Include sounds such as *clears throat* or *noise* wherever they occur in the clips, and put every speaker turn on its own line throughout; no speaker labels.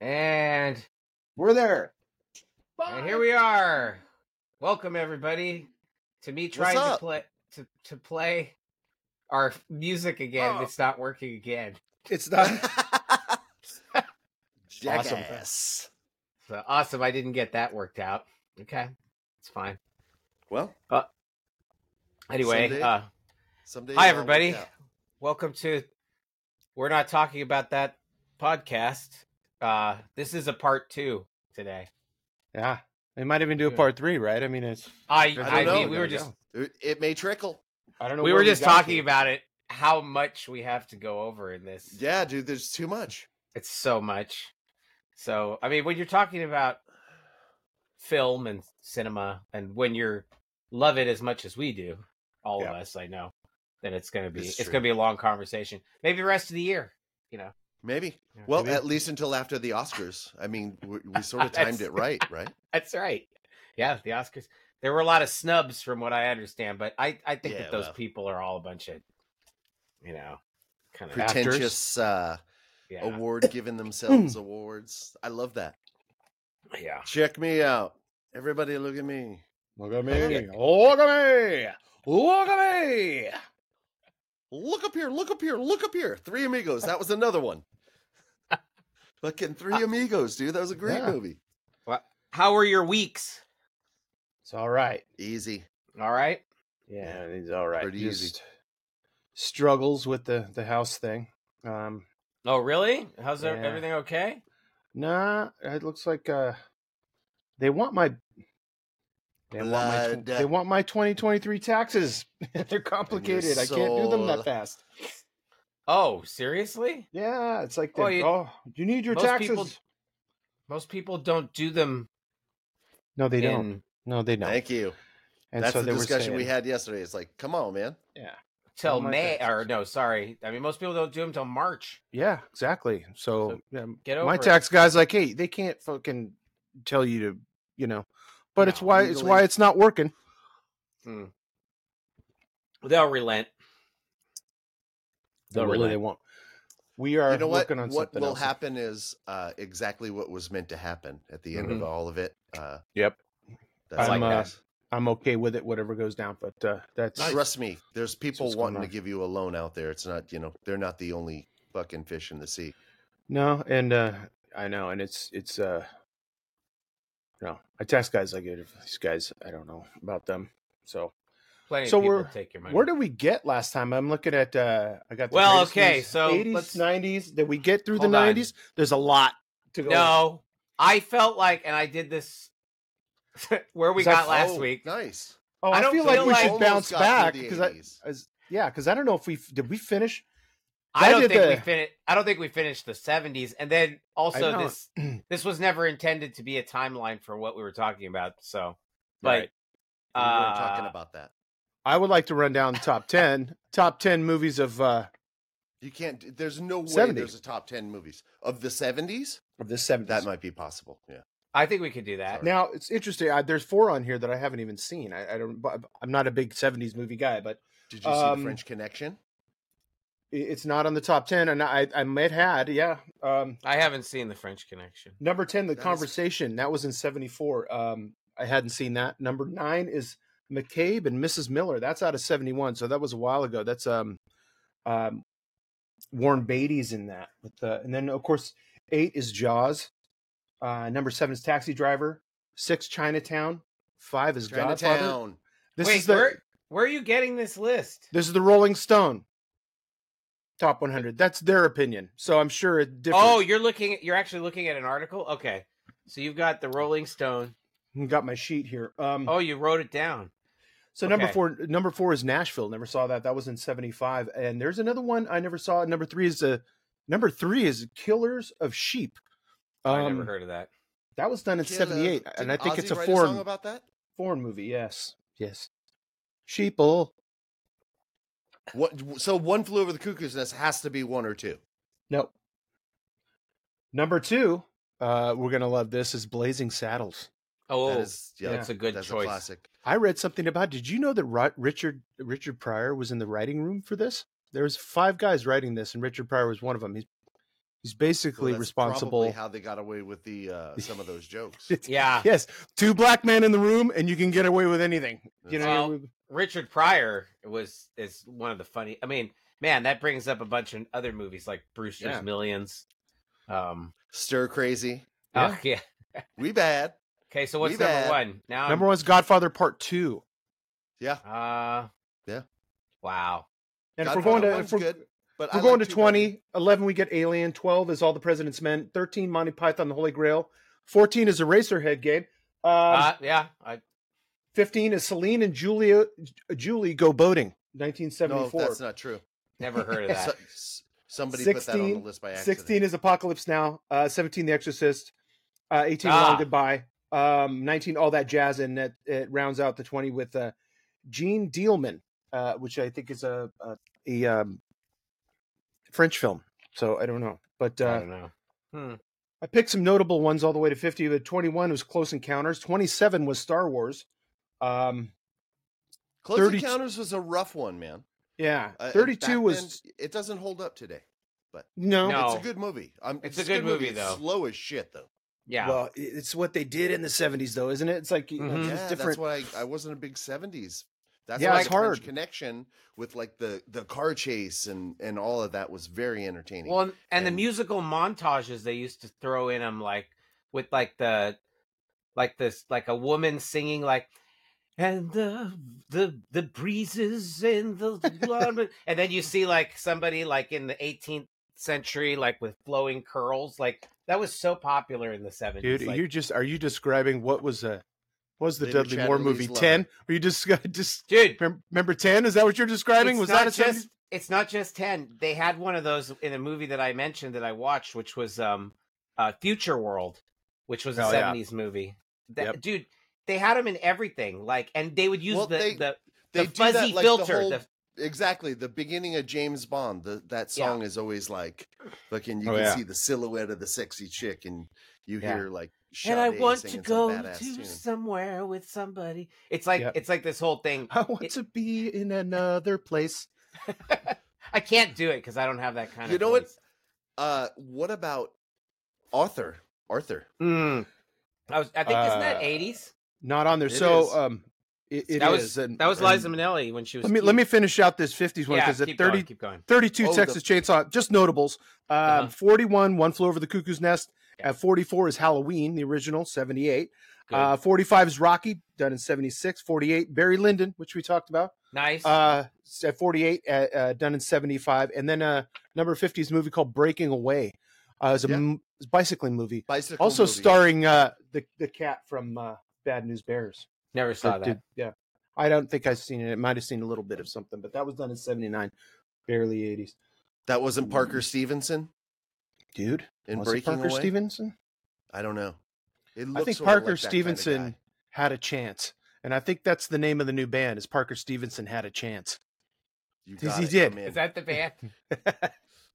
And
We're there.
and here we are. Welcome everybody to me trying to
up?
play to, to play our music again.
Oh.
It's not working again. *laughs*
It's not.
Jackass.
So awesome! I didn't get that worked out. Okay, it's fine.
Well,
Anyway,
Someday-
uh,
someday.
Hi,
it'll all work
everybody.
out.
welcome to we're not talking about that podcast. Uh, this is a part two today.
yeah. They might even do a
Yeah.
part three, right? I mean, it's.
I
don't
I,
know.
mean, we were
Gotta
just
go.
It, it may trickle.
I don't know.
we
where
were just
got
talking
to.
about it. How much we have to go over in this?
Yeah, dude, there's too much.
it's so much. So I mean, when you're talking about film and cinema, and when you're love it as much as we do, all of
Yeah.
us, I know, then it's gonna be
It's
it's,
true.
gonna be a long conversation. Maybe the rest of the year.
Maybe.
Yeah,
Well,
maybe.
at least until after the Oscars. I mean, we, we
*laughs*
sort of timed it right, right?
That's right. Yeah, the Oscars. There were a lot of snubs, from what I understand, but I I think
Yeah,
that those
well.
people are all a bunch of, you know, kind of
Pretend-
Pretentious uh,
yeah *laughs*
award giving themselves awards. I love that.
yeah.
Check me out. Everybody, look at me.
Look at me. Look at me. Look at me.
Look up here. Look up here. Look up here. Three Amigos. That was
*laughs*
another one. Fucking
Ah.
Three Amigos, dude. That was a great
Yeah.
movie.
How were your weeks?
It's all right.
Easy.
All right.
Yeah, it's all right.
Pretty
Just
easy.
Struggles with the the house thing. Um,
Oh, really? How's
Yeah.
e- everything? Okay.
nah, it looks like uh, they want my. They want my, tw-
Blood.
they want my 2023 taxes. *laughs* They're complicated. I can't do them
soul.
that fast.
Oh, seriously?
Yeah, it's like,
Oh,
oh,
you-
you, oh, you need your
most
taxes.
people Most people don't do them.
no, they
in,
don't. No, they don't.
Thank you.
and
That's
so
the
they were
discussion we
saying-
had yesterday. It's like, come on, man.
Yeah,
till
Unlike
May,
that.
or no, sorry. I mean, most people don't do them till March.
yeah, exactly. So,
So
yeah,
Get over
my
it.
tax guy's like, hey, they can't fucking tell you to, you know. But it's
No,
why it's why
legally.
it's not working.
They'll relent.
No,
They'll
really, they
relent.
won't. We are
you know what?
working on
what
something
will
else.
happen is uh, exactly what was meant to happen at the end
Mhm.
of all of it. Uh,
Yep,
that's
I'm,
like
uh,
that.
Mm-hmm. I'm okay with it. Whatever goes down, but uh, that's
Trust me, there's people
what's going
wanting to
on.
give you a loan out there. It's not, you know, they're not the only fucking fish in the sea.
no, and uh, I know, and it's it's uh, no, my tax guys like it. These guys, I don't know about them. So
Plenty
So
of people
we're-
take your money.
Where did we get last time? I'm looking at. uh I got. The
Well,
greatest
okay,
movies,
so
80s,
let's-
90s. Did we get through
Hold
the
on.
90s? There's a lot to go.
no, I felt like, and I did this *laughs* where we
Is that-
got last
Oh,
week.
Nice.
Oh,
I
I,
don't
feel like
feel
we
like-
should
Almost
bounce
got through
back
the
because I,
80s.
as- yeah, because I don't know if we did we finish.
I
I
don't
did
think we
the-
finished. I don't think we finished the seventies, and then also
don't. *clears throat*
this this was never intended to be a timeline for what we were talking about. So, but
Right.
We weren't talking
uh,
about that.
I would like to run down the top ten top ten movies of uh
You can't. There's no way
70.
there's a top ten movies of the '70s.
of the seventies.
That might be possible. Yeah.
I think we could do that.
now it's interesting. I, there's four on here that I haven't even seen. I, I don't. but I'm not a big seventies movie guy, but
Did you see
Um,
the French Connection?
i- it's not on the top ten. And I I might had yeah. Um,
I haven't seen the French Connection.
Number 10, The
That is-
Conversation. That was in 74. Um, I hadn't seen that. Number nine is McCabe and Mrs. Miller. That's out of 71. So that was a while ago. That's um, um, Warren Beatty's in that. With the, and then, of course, eight is Jaws. Uh, number seven is Taxi Driver. Six, Chinatown. Five is Godfather.
Chinatown.
This
Wait,
is the
where where are you getting this list?
this is the Rolling Stone top 100. That's their opinion. So I'm sure it differs.
Oh, you're looking. At, you're actually looking at an article. Okay, so you've got the Rolling Stone.
got my sheet here. Um,
Oh, you wrote it down.
So number
Okay.
four, number four is Nashville. Never saw that. That was in '75. And there's another one I never saw. Number three is uh, number three is Killers of Sheep.
I
Um,
never heard of that.
That was done in
Killer.
'78,
Did
and I think it's
Ozzy
a
write
foreign
song about that.
foreign movie. Yes, yes. Sheeple.
What? So one flew over the cuckoo's nest has to be one or two.
No. Number two, uh, we're gonna love this is Blazing Saddles.
Oh,
that is, yeah,
that's a good
that's
choice.
a classic. *laughs*
I read something about. Did you know that Ri- Richard Richard Pryor was in the writing room for this? There was five guys writing this, and Richard Pryor was one of them. He's He's basically
that's
responsible.
probably how they got away with the
*laughs*
uh, some of those jokes.
Yeah.
yes, two black men in the room, and you can get away with anything. You know,
Well, Richard Pryor was is one of the funny. I mean, man, that brings up a bunch of other movies like Brewster's
Yeah.
Millions. Um,
Stir crazy.
yeah.
Yeah.
*laughs* yeah.
We bad.
Okay, so what's
We've
number
had-
one now?
um,
number one's Godfather Part Two.
Yeah.
one. Uh,
Yeah.
Wow.
And if
God,
we're going to
one's
if we're,
good, but
if
I
we're
like
going to
two better.
20, 11 we get Alien, twelve is All the President's Men, thirteen Monty Python the Holy Grail, fourteen is Eraserhead game, uh,
Uh, yeah. I,
fifteen is Celine and Julia Julie go boating, nineteen seventy
No,
four.
that's not true.
never heard of
*laughs*
Yeah.
that.
So- s- somebody put that on the
16
list by accident.
16 is Apocalypse Now, uh, 17 The Exorcist, uh, 18
Ah.
Long Goodbye, um, 19 All That Jazz, and it, it rounds out the 20 with uh, Gene Dealman, uh, which I think is a, a, a um, French film. So I don't know. But
I
uh,
don't know.
I picked some notable ones all the way to 50, but 21 was Close Encounters, 27 was Star Wars. Um,
Close
30
Encounters was a rough one, man.
yeah,
Uh, and
32
back
was
then, it doesn't hold up today.
no.
No.
It's a good movie. i
It's a good movie, though.
slow as shit though.
Yeah.
Well, it- it's what they did in the 70s, though, isn't it? It's like you know,
Mhm.
it's
Yeah,
just
that's
different.
why I, I wasn't a big '70s. That's
Yeah,
why
it's
the French
hard.
connection with like the the car chase and and all of that was very entertaining.
Well, and, and the
and-
musical montages they used to throw in them, like with like the like this like a woman singing like and the the the breezes and the
*laughs*
and then you see like somebody like in the 18th century like with flowing curls like that was so popular in the 70s
Dude,
like,
you just are you describing what was a what was the
Lady
Dudley Moore
Chatterley's
movie
Lover.
ten? Were you just *laughs* just
dude
rem- remember ten? Is that what you're describing?
it's
was
not
that a
just
just,
it's not just 10 they had one of those in a movie that i mentioned that i watched which was um uh future world which was a
Oh, yeah.
70s movie that,
Yep.
dude they had them in everything like and they would use
Well,
the,
they-
the
they
the
do that,
fuzzy
like, the
filter
whole-
the-
exactly the beginning of James Bond. The, that
Yeah.
song is always like, fucking. You
Oh,
can
yeah.
see the silhouette of the sexy chick, and you
Yeah.
hear like.
and i
Sade
want to
singing
go
some badass
to
tune.
somewhere with somebody it's like
Yep.
it's like this whole thing
*laughs* I want
It-
to be in another place.
i can't do it because i don't have that kind
You
of
know what?
voice.
Uh, what about Arthur? Arthur.
Mm. i was i think isn't that
Uh,
80s
Not on there.
It
so
is.
um it, it
that
is,
was
and-
that was
and
liza minnelli when she was
Let me
cute.
let me finish out this fifties one
yeah,
because at
keep
thirty
going, keep going
32
Oh, the-
Texas Chainsaw, just notables. Um,
Uh-huh.
41, One Flew Over the Cuckoo's Nest.
Yeah.
At 44 is Halloween, the original, 78.
Good.
Uh, 45 is Rocky, done in 76. 48, Barry Lyndon, which we talked about.
nice
Uh, at 48, uh, uh, done in 75. And then uh, number 50 is a movie called Breaking Away. Uh, it's a
Yeah.
m- it's a bicycling movie.
Bicycle.
Also
movie.
starring uh, the, the cat from uh, Bad News Bears.
never saw
That
that
did- yeah. I don't think I've seen it. I might have seen a little bit of something, but that was done in 79, barely 80s.
That wasn't Parker Stevenson
Dude.
in
Was it
Breaking
Parker
Away?
Stevenson?
I don't know. It
I
looks
think
sorta like
Parker
that kinda
Stevenson
guy.
had a chance, and I think that's the name of the new band. Is Parker Stevenson had a chance?
You
Yes,
got
he
it.
did.
I'm in.
is that the
*laughs*
band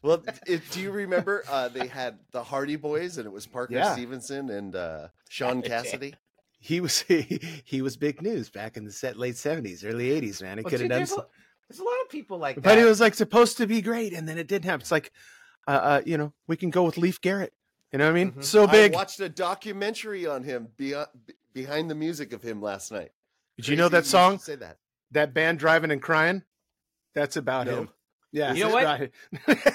well, it, do you remember uh, they had the Hardy Boys and it was Parker
Yeah.
Stevenson and uh,
*laughs*
Sean Cassidy?
He was *laughs* he, was big news back in the set, late seventies, early eighties. Man, it
Well,
could
dude,
have done.
there's,
Some,
a, there's a lot of people like
but
that.
it was like supposed to be great, and then it didn't happen. It's like, uh, uh you know, we can go with Leaf Garrett. You know what I mean?
Mhm.
So
I
big.
watched a documentary on him beyond, behind the music of him last night.
Did you know
Crazy
that
should
song?
Say that.
That band driving and crying. That's about
No.
him. Yeah,
You know what? Ah,
right.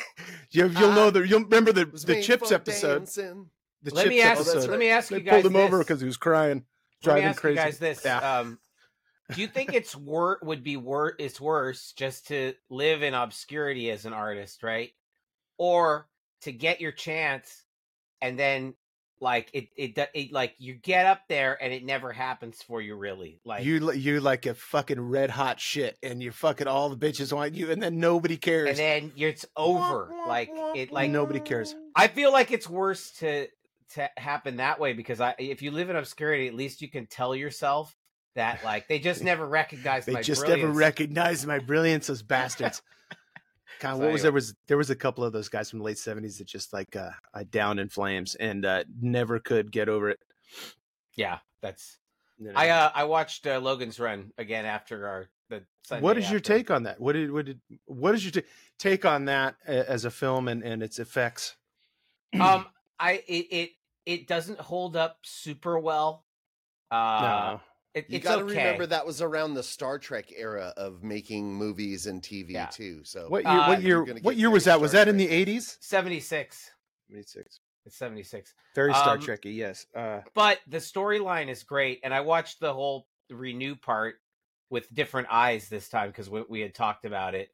you, will know the. *laughs* You'll remember the
Was
the
made
Chips
for
episode.
dancing.
The
let
Chips
me ask.
Oh, that's
episode.
Let me ask
They
you guys.
pulled him over
this.
because he was crying,
Let me
driving
ask
crazy.
You guys, this.
Yeah.
Um, do you think it's wor- would be wor- it's worse just to live in obscurity as an artist, right? Or to get your chance and then like it it, do- it like you get up there and it never happens for you really. Like
you li- you like a fucking red hot shit, and you fucking all the bitches want you, and then nobody cares.
and then it's over. Like it like
nobody cares.
I feel like it's worse to to happen that way because I if you live in obscurity, at least you can tell yourself that like they just never recognized
They
my
just never
brilliance.
recognized my brilliance, those bastards. God,
So
what was
anyway.
there was there was a couple of those guys from the late seventies that just like uh, I downed in flames and uh, never could get over it.
yeah, that's.
You know?
I uh, I watched uh, Logan's Run again after our the. Sunday
what is your
after.
take on that? What did what did what is your ta- take on that a- as a film and and its effects?
um, I it, it it doesn't hold up super well. Uh,
No.
it,
You
it's
got to
okay.
remember that was around the Star Trek era of making movies and TV
Yeah.
too. So
What year?
Uh,
you're
What year?
gonna
What
get
year
very
was that? Was
Star
that in the
Trek-y.
eighties?
Seventy six.
Seventy six.
It's seventy six.
Very Star
Um,
Trekky. Yes. Uh,
But the storyline is great, and I watched the whole renew part with different eyes this time because we, we had talked about it.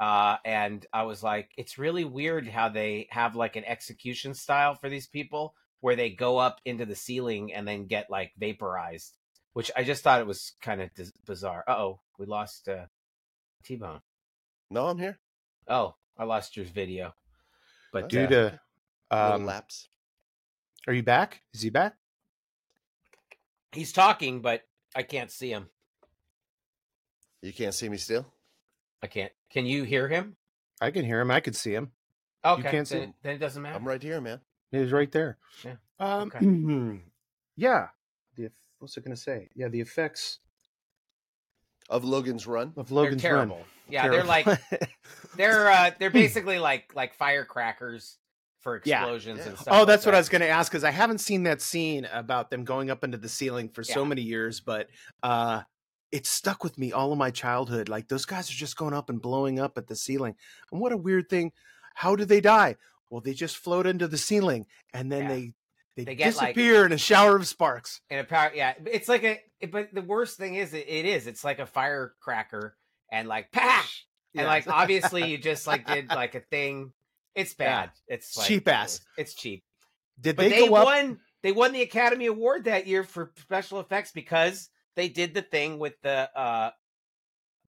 Uh, and I was like, it's really weird how they have like an execution style for these people where they go up into the ceiling and then get like vaporized, which I just thought it was kind of dis- bizarre. Uh oh, we lost uh, T Bone.
No, I'm here.
Oh, I lost your video. But
That's
due
uh,
to,
Little
um,
lapse.
are you back? Is he back?
he's talking, but I can't see him.
You can't see me still.
I can't. Can you hear him?
I can hear him. I can see him.
Okay,
can't see
then,
him.
it- then it doesn't matter.
I'm right here, man.
He's right there.
Yeah.
Um, *clears throat* yeah. The, eff- what's it going to say? Yeah, the effects
Of Logan's
*laughs*
Run.
of
They're
Logan's
terrible.
Run.
Yeah, they're
*laughs*
like they're uh they're basically like like firecrackers for
Hmm. Yeah.
explosions
Yeah.
and stuff.
oh,
like
that's what
that.
I was going to ask because I haven't seen that scene about them going up into the ceiling for so
Yeah.
many years, but uh, it stuck with me all of my childhood. Like those guys are just going up and blowing up at the ceiling, and what a weird thing! How do they die? Well, they just float into the ceiling, and then
Yeah.
they they,
They get, like-
disappear in a shower of sparks.
And apparently, yeah, it's like a. But the worst thing is, it, it is. It's like a firecracker and like pash and
Yeah.
like
*laughs*
obviously you just like did like a thing. It's
Yeah.
bad. It's like,
Cheap ass.
It's cheap.
Did
But
they,
they,
go up?
won. They won the Academy Award that year for special effects because they did the thing with the uh,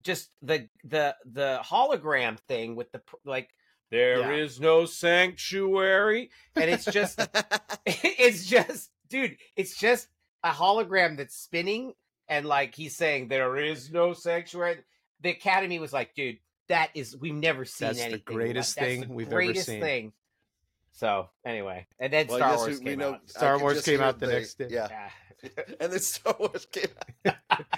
just the the the hologram thing with the pr- like. there is
Yeah.
no sanctuary, and it's just *laughs* it's just dude it's just a hologram that's spinning and like he's saying there is no sanctuary the academy was like dude that is we've never seen
That's the
anything like-
greatest
that's
thing
the
we've ever
greatest
seen."
thing so anyway and then
Well, I
star
guess
wars
we- we
came
know-
out
I
Star
could
Wars
just
came
hear
out the next day.
Yeah, *laughs*
Yeah.
and then Star Wars came out.
*laughs*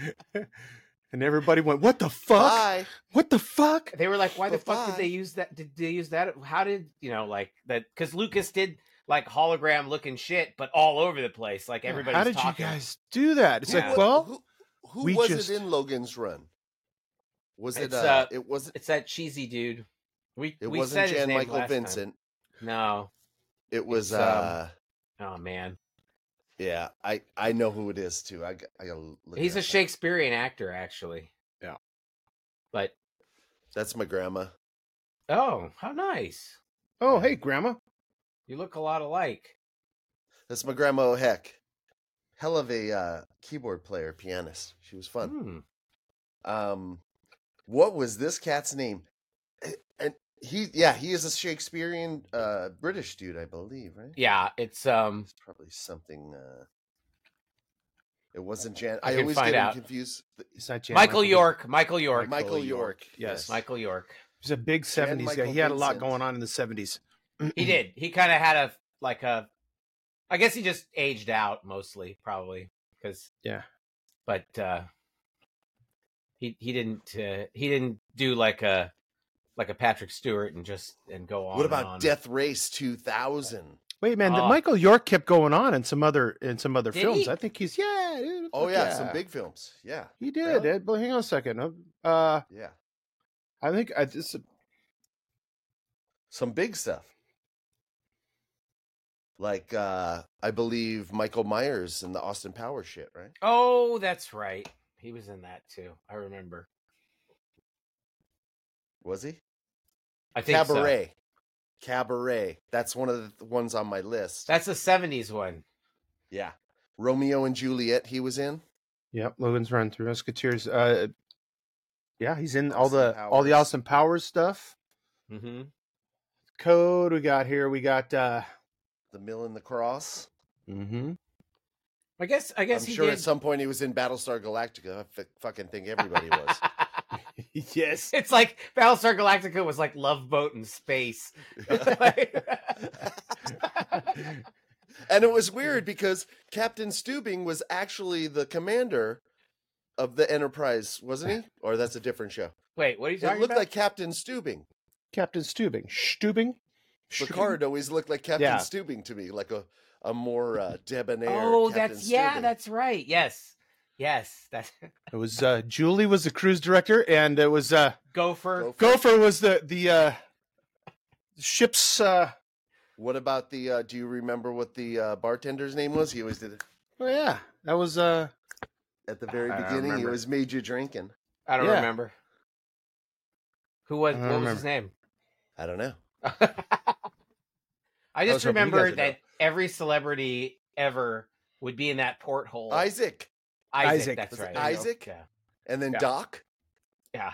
And everybody went, "What the fuck?
Bye.
What the fuck?"
they were like why the fuck did
Bye-bye.
they use that did they use that how did you know like that because lucas did like hologram looking shit but all over the place like
Yeah,
everybody's
How did
talking.
you guys do that? It's
Yeah.
like, well,
who, who
we
was
just-
it in Logan's Run? Was it?
It's,
Uh,
uh,
it wasn't.
it's that cheesy dude we
It
we
wasn't
said his
Jan
name
Michael
last time.
Vincent.
no
It was.
It's, um,
uh
Oh man,
Yeah, I I know who it is too. I g- I gotta look. it
he's a
up.
Shakespearean actor, actually.
Yeah.
but
That's my grandma.
oh, how nice!
oh hey, grandma.
You look a lot alike.
That's my grandma O'Heck. Hell of a uh, keyboard player, pianist. She was fun.
Hmm.
Um, what was this cat's name? Eh, And he, yeah, he is a Shakespearean uh, British dude, I believe, right?
Yeah, it's um.
It's probably something. Uh, it wasn't Jan.
I
I,
can
always
find
get him
out.
confused. Th-
It's not Jan
Michael
Vincent.
York. Michael York.
Michael, York.
yes.
Michael York.
He was a big
Jan
70s guy.
Michael
He had a lot
Vincent.
going on in the 70s.
*clears throat*
*clears throat*
He did. He kind of had a like a. I guess he just aged out mostly, probably because
Yeah.
but uh he he didn't uh, he didn't do like a like a Patrick Stewart and just and go on.
What
and
about
on. uh
Death Race 2000?
Wait, man, the
Oh.
Michael York kept going on in some other in some other
Did
films.
he?
I think he's yeah. dude,
Oh,
fuck
yeah, some big films. Yeah,
He did.
Really?
eh, But hang on a second. Uh, Uh,
yeah.
I think I just
Some big stuff. Like, uh, I believe Michael Myers and the Austin Power shit, right?
Oh, that's right. He was in that too. I remember.
Was he?
I think so.
Cabaret. Cabaret. That's one of the ones on my list.
That's a '70s one.
yeah. Romeo and Juliet, he was in.
yeah. Logan's Run Through Musketeers. Uh, yeah, he's in all
Austin
the all the
Powers.
Austin Powers stuff.
Mm-hmm.
Code we got here. We got. uh
The Mill and the Cross.
mm-hmm.
I guess. I guess
I'm
he
sure
did.
at some point he was in Battlestar Galactica. I f- fucking think
*laughs*
everybody was.
yes. *laughs*
it's like Battlestar Galactica was like Love Boat in space. *laughs*
*laughs* and it was weird because Captain Stubing was actually the commander of the Enterprise, wasn't he? Or that's a different show.
Wait, what are you
It
talking
looked
about?
like Captain Stubing.
Captain Stubing. Stubing.
Picard always looked like Captain
Yeah.
Stubing to me, like a a more uh, debonair.
Oh,
Captain
that's yeah,
Stubing.
that's right. Yes, yes, that's *laughs*
It was uh, Julie was the cruise director, and it was uh,
Gopher.
Go for it.
Gopher was the the uh, ship's. Uh,
What about the? Uh, do you remember what the uh, bartender's name was? He always did it
oh yeah, that was uh,
at the very
I don't
beginning. He
remember.
always made you drinking.
I don't
Yeah.
remember. Who was
I
what
don't
was his name?
I don't know.
*laughs* I
was
just
hoping you guys
remember
would
that
know.
every celebrity ever would be in that porthole.
Isaac
Isaac,
Isaac,
that's
was it
right.
Isaac?
Yeah.
and then
Yeah.
Doc.
Yeah.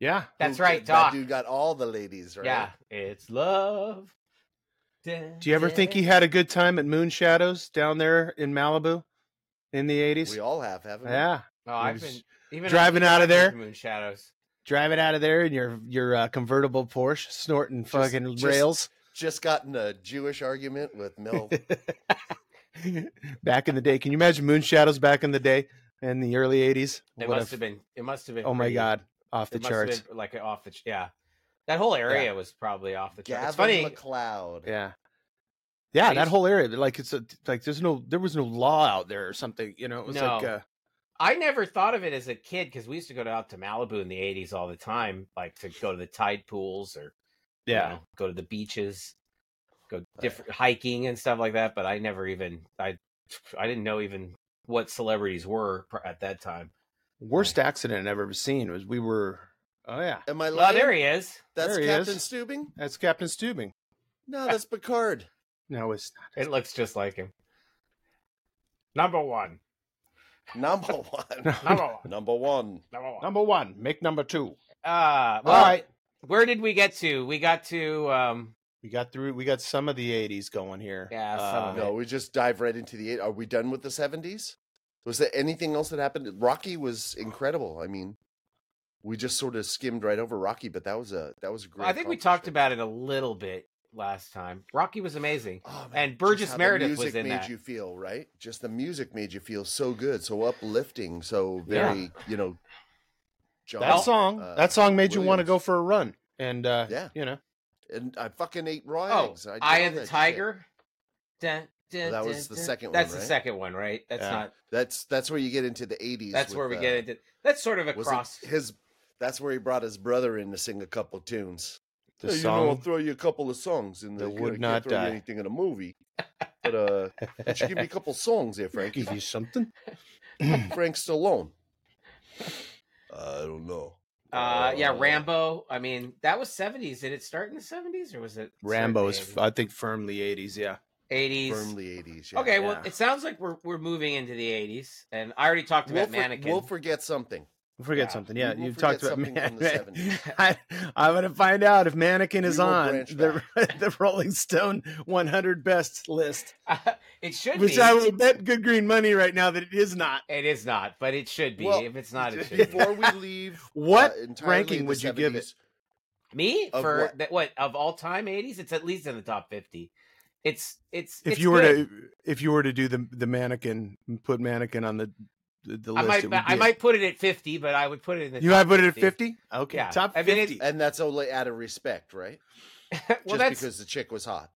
yeah.
That's
who-
right,
That
Doc.
dude got all the ladies right.
Yeah. It's love. Dun,
Do you ever think
dun.
he had a good time at Moon Shadows down there in Malibu in the eighties?
we all have, haven't we?
Yeah,
Oh, I've
was
been even
driving
even
out of
I've been
there?
to Moon
*laughs*
shadows.
driving out of there in your your uh, convertible Porsche, snorting fucking
just-
rails. *laughs*
Just gotten a Jewish argument
*laughs*
with
Oh,
Mel.
back in the day, can you imagine Moon Shadows back in the day in the early eighties?
It must have been. It must have been.
Oh my
pretty-
god, off the
it must have
charts.
been, like off the. ch- Yeah. That whole area was probably off the charts.
Gavin
It's funny.
McLeod.
Yeah. Yeah,
I
that
used-
whole area, like it's a, like there's no there was no law out there or something, you know. It was like
No.
uh,
I never thought of it as a kid because we used to go to- out to Malibu in the '80s all the time, like to go to the tide pools or you
yeah,
know, go to the beaches, go different hiking and stuff like that. But I never even I I didn't know even what celebrities were pr- at that time.
worst accident I've ever seen was we were oh yeah,
Am I
Well,
lying?
there he is.
that's
there he
Captain
is.
Stubing?
that's Captain Stubing.
No, that's Picard.
No, it's not.
It looks just like him. Number one.
*laughs*
Number one.
Number one.
Number one.
Number one.
Number one, make number two.
Uh, well,
All right,
where did we get to? We got to um,
we got through. We got some of the '80s going here. Uh,
Yeah, some of it.
No, we just dive right into the eight. Are we done with the seventies? Was there anything else that happened? Rocky was incredible. I mean, we just sort of skimmed right over Rocky, but that was a that was a great.
I think we talked about
accomplishment.
it a little bit last time. Rocky was amazing.
Oh,
and
just
Burgess
how the
Meredith was
music
in
made
that.
you feel right. Just the music made you feel so good, so uplifting, so very you know. John,
That song,
uh,
that song made you want to
Williams.
go for a run, and uh,
Yeah.
you know,
and I fucking ate raw
Oh,
eggs. did
Eye
all
of the
that shit.
Tiger. Dun, dun,
that was
dun,
the
dun.
second one,
That's the
right?
second one, right? That's
Yeah.
not.
That's that's where you get into the eighties. uh,
That's where we get into. That's sort of a
was
cross.
it his that's where he brought his brother in to sing a couple tunes
the
Hey,
song.
throw you a couple of songs in
That
you know, I
would
can't
not
throw you
die.
anything in a
*laughs*
movie but uh you should give me a couple songs there
*laughs*
frankie
Give you something.
frank stallone i don't know
uh, yeah, Rambo. I mean, that was seventies. Did it start in the seventies or was it
Rambo is, I think, firmly '80s. Yeah,
eighties?
firmly 80s yeah.
Okay, well,
yeah.
it sounds like we're we're moving into the eighties, and I already talked
we'll,
about
for-
mannequin.
we'll forget something
We'll forget
Yeah,
something.
we
Yeah,
will
you've
forget
talked about
something from the
Mannequin.
70s.
*laughs* I, I'm going to find out if Mannequin
We
is
will
on
branch
the, *laughs* the Rolling Stone 100 best list,
*laughs* it should
which
be.
I will bet good green money right now that it is not.
It is not, but it should be.
Well,
if it's not,
*laughs*
it should be. *laughs*
before we leave
What
uh, entirely
ranking
the
would you give
70s,
it?
Me
Of
for
what?
that what of all time eighties? It's at least in the top fifty. It's it's
If
it's
you were
good.
to if you were to do the the Mannequin, put Mannequin on the the, the
I
list,
might
it would
I
be-
might put it at fifty, but I would put it in the
You
top
have put it at 50? Okay,
Yeah,
top
I mean,
50.
it's-
and that's only out of respect right
*laughs*
well,
just
that's
because the chick was hot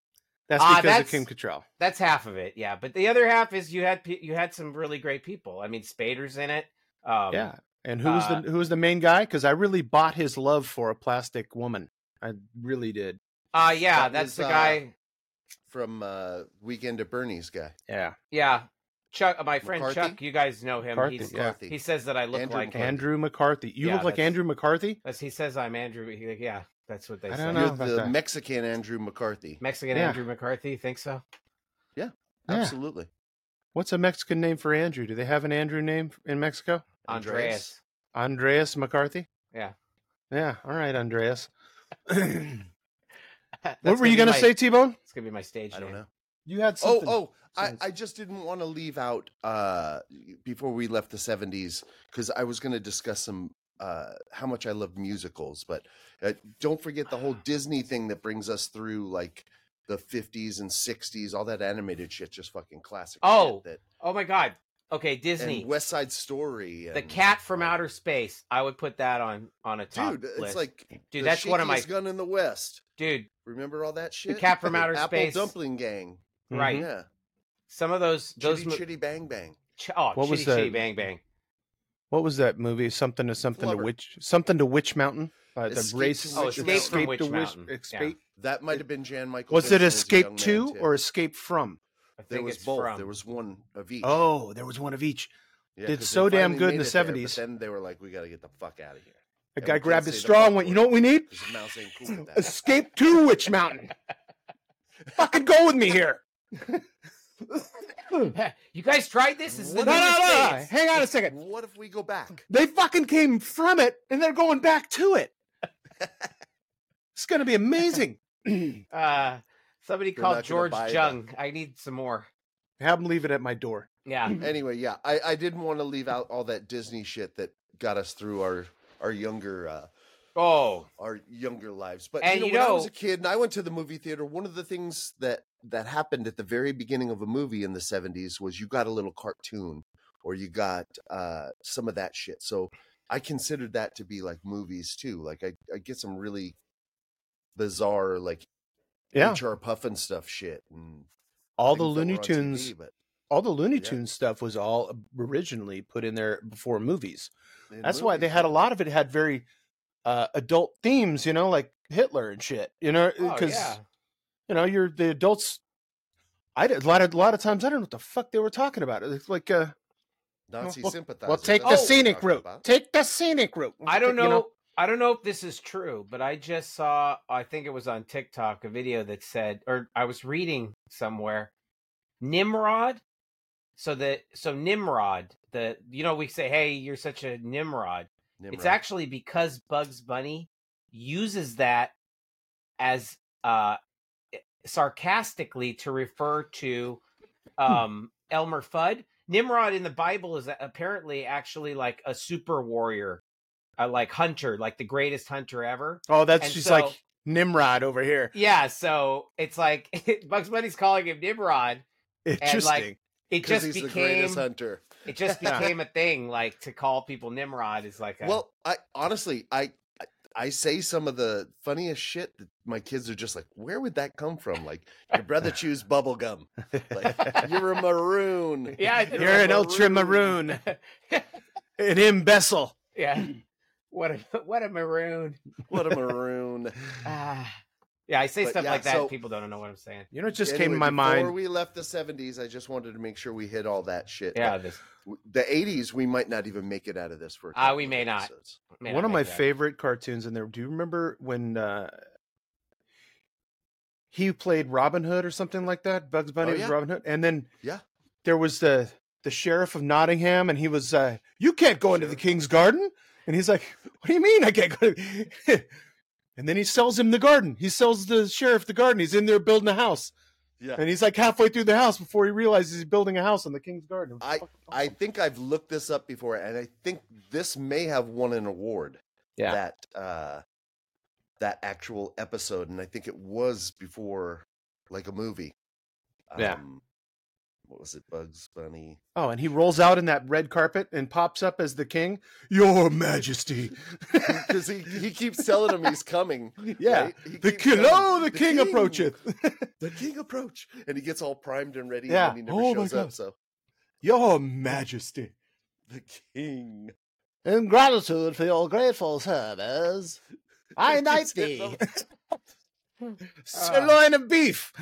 that's
Ah,
because
that's-
of Kim Cattrall.
that's half of it, yeah. But the other half is you had pe- you had some really great people. I mean, Spader's in it. Um,
yeah. And who was
uh,
the who was the main guy? Because I really bought his love for a plastic woman. I really did.
uh, yeah.
That
that's
was,
the
uh,
guy.
from uh weekend at bernie's guy
Yeah.
Yeah, Chuck, uh, my friend
McCarthy?
Chuck. You guys know him.
McCarthy,
He's,
Yeah.
Dorothy.
He says that I look
Andrew
like
McCarthy.
him.
Andrew McCarthy. You
Yeah,
look like
that's-
Andrew McCarthy.
As he says, I'm Andrew. He, yeah, that's what they
I
say.
don't
You're
know about
the
that.
Mexican Andrew McCarthy.
Mexican
Yeah.
Andrew McCarthy. You think so?
Yeah.
Absolutely.
What's a Mexican name for Andrew? Do they have an Andrew name in Mexico?
Andreas. *laughs*
Andreas McCarthy.
Yeah.
Yeah. All right,
*coughs*
Andreas.
That's
what were you
be
gonna
my-
say, T Bone?
It's gonna be my stage.
I don't
name.
know.
You had
Oh,
something.
oh, I,
Sounds-
I just didn't want to leave out uh before we left the 70s because I was going to discuss some uh how much I love musicals, but uh, don't forget the whole Disney thing that brings us through like the 50s and 60s, all that animated shit, just fucking classic. shit
Oh,
that,
Oh my God. Okay, Disney.
and West Side Story, and,
the Cat from
uh,
Outer Space. I would put that on on a top
Dude, it's
list.
like
Dude,
the
that's one of my-
shakiest gun in the West.
dude,
Remember all that shit?
Cat
*laughs*
from Outer
Apple
Space.
Dumpling Gang.
Mm-hmm.
Right.
Yeah.
Some of those those
Chitty
mo-
chitty bang bang.
ch- oh
What was
chitty
the-
chitty bang bang.
What was that movie? Something to something
Flubber.
to witch something to Witch Mountain. Uh, the
Escape
race.
to Witch Oh, Escape Mountain. from
Witch Mountain. Yeah.
Escape.
That might have been Jan Michael.
Was it
Vincent as a
Escape
young man,
to
too.
or Escape from?
I think
there was
it's
both?
From. *laughs*
There was one of each.
Oh, there was one of each.
Yeah, 'cause
did
they
so damn
finally
good in
made
the
it there, but
70s.
then they were like, "We got to get the fuck out of here."
A
Yeah, we
guy
can't
grabbed his
say the
straw
fuck
and went, "You
word.
know what
*laughs*
we need?
Because the mouse ain't cool with *laughs* that.
Escape to Witch Mountain.
*laughs*
Fucking go with me here." no, *laughs*
you guys tried this? This is
no,
the
no,
new
no.
States.
Hang on a second.
What if we go back?
They fucking came from it and they're going back to
*laughs*
it. It's going to
*clears throat*
be amazing. Have
Uh, somebody
We're
called
not gonna
George
buy that.
Jung. I need some more.
them leave it at my door.
Yeah.
Anyway, yeah, I, I didn't want to leave out all that Disney shit that got us through our our younger uh,
Oh,
our younger lives. But
And
you know,
you
when I was
know-
a kid and I went to the movie theater, one of the things that that happened at the very beginning of a movie in the '70s was you got a little cartoon or you got uh, some of that shit. So I considered that to be like movies too. Like I, I get some really bizarre like
Yeah.
HR Puffin stuff shit and
All the
things that
Looney
were on TV,
Tunes
but
all the Looney
Yeah.
Tunes stuff was all originally put in there before movies.
in
That's why they
movies,
had a
yeah.
lot of it had very uh, adult themes, you know, like Hitler and shit. You know,
oh
because
yeah.
you know you're the adults. I did a lot of a lot of times I don't know what the fuck they were talking about. It's like, uh,
Nazi
well,
sympathizers.
well, take the
that's what we're
scenic
talking
route.
about.
Take the scenic route.
I don't know,
*laughs* You
I don't know if this is true, but I just saw I think it was on TikTok a video that said or I was reading somewhere Nimrod so the so Nimrod the you know we say hey you're such a Nimrod. It's
Nimrod.
actually because Bugs Bunny uses that as uh sarcastically to refer to
Hmm.
um Elmer Fudd. Nimrod in the Bible is apparently actually like a super warrior, uh, like hunter, like the greatest hunter ever.
Oh, that's
And
just
so-
like Nimrod
*laughs*
over here.
Yeah, so it's like *laughs* Bugs Bunny's calling him Nimrod.
Interesting.
It *laughs*
'Cause
just
he's the
became
greatest hunter.
it
*laughs*
just
Yeah.
became a thing, like to call people Nimrod is like a,
Well, I honestly, I I- I say some of the funniest shit that my kids are just like, where would that come from? Like your brother chews bubble gum. Like you're a maroon.
*laughs* *laughs* yeah,
*laughs*
I-
You're an ultra maroon, an imbecile. *clears throat*
yeah. What a *laughs* what a maroon.
What a maroon.
Ah. yeah, I say
But
stuff
yeah,
like that.
so-
people don't know what I'm saying.
You know, it just came
Anyway,
to my mind.
Before we left the seventies, I just wanted to make sure we hit all that shit.
Yeah, this
But The eighties, we might not even make it out of this for a
Ah, we
couple of
may not.
episodes.
man,
One
I
of
make
my
that.
favorite cartoons in there. Do you remember when uh, he played Robin Hood or something like that? Bugs Bunny
Oh,
was
yeah.
Robin Hood, and then
Yeah.
there was the the sheriff of Nottingham, and he was uh, you can't go into the
Sheriff.
king's garden, and he's like, what do you mean I can't go? to-" *laughs* and then he sells him the garden. He sells the sheriff the garden. He's in there building a house,
Yeah.
and he's like halfway through the house before he realizes he's building a house in the king's garden. It was fucking
I
awesome.
think I've looked this up before, and I think this may have won an award.
Yeah.
That uh, that actual episode, and I think it was before, like a movie.
Yeah.
Um, what was it? Bugs Bunny.
Oh, and he rolls out in that red carpet and pops up as the king. Your *laughs* Majesty.
Because he, he keeps telling him he's coming.
*laughs* yeah.
right? He
The
keeps
king,
telling him,
oh, the, king, approacheth.
The king approach, and he gets all primed and ready,
Yeah.
and then he never
Oh my
shows up.
God.
So
Your Majesty.
the king.
In gratitude for your grateful *laughs* service, I knight
It's in
thee.
the-
*laughs* Ah. Sirloin of beef.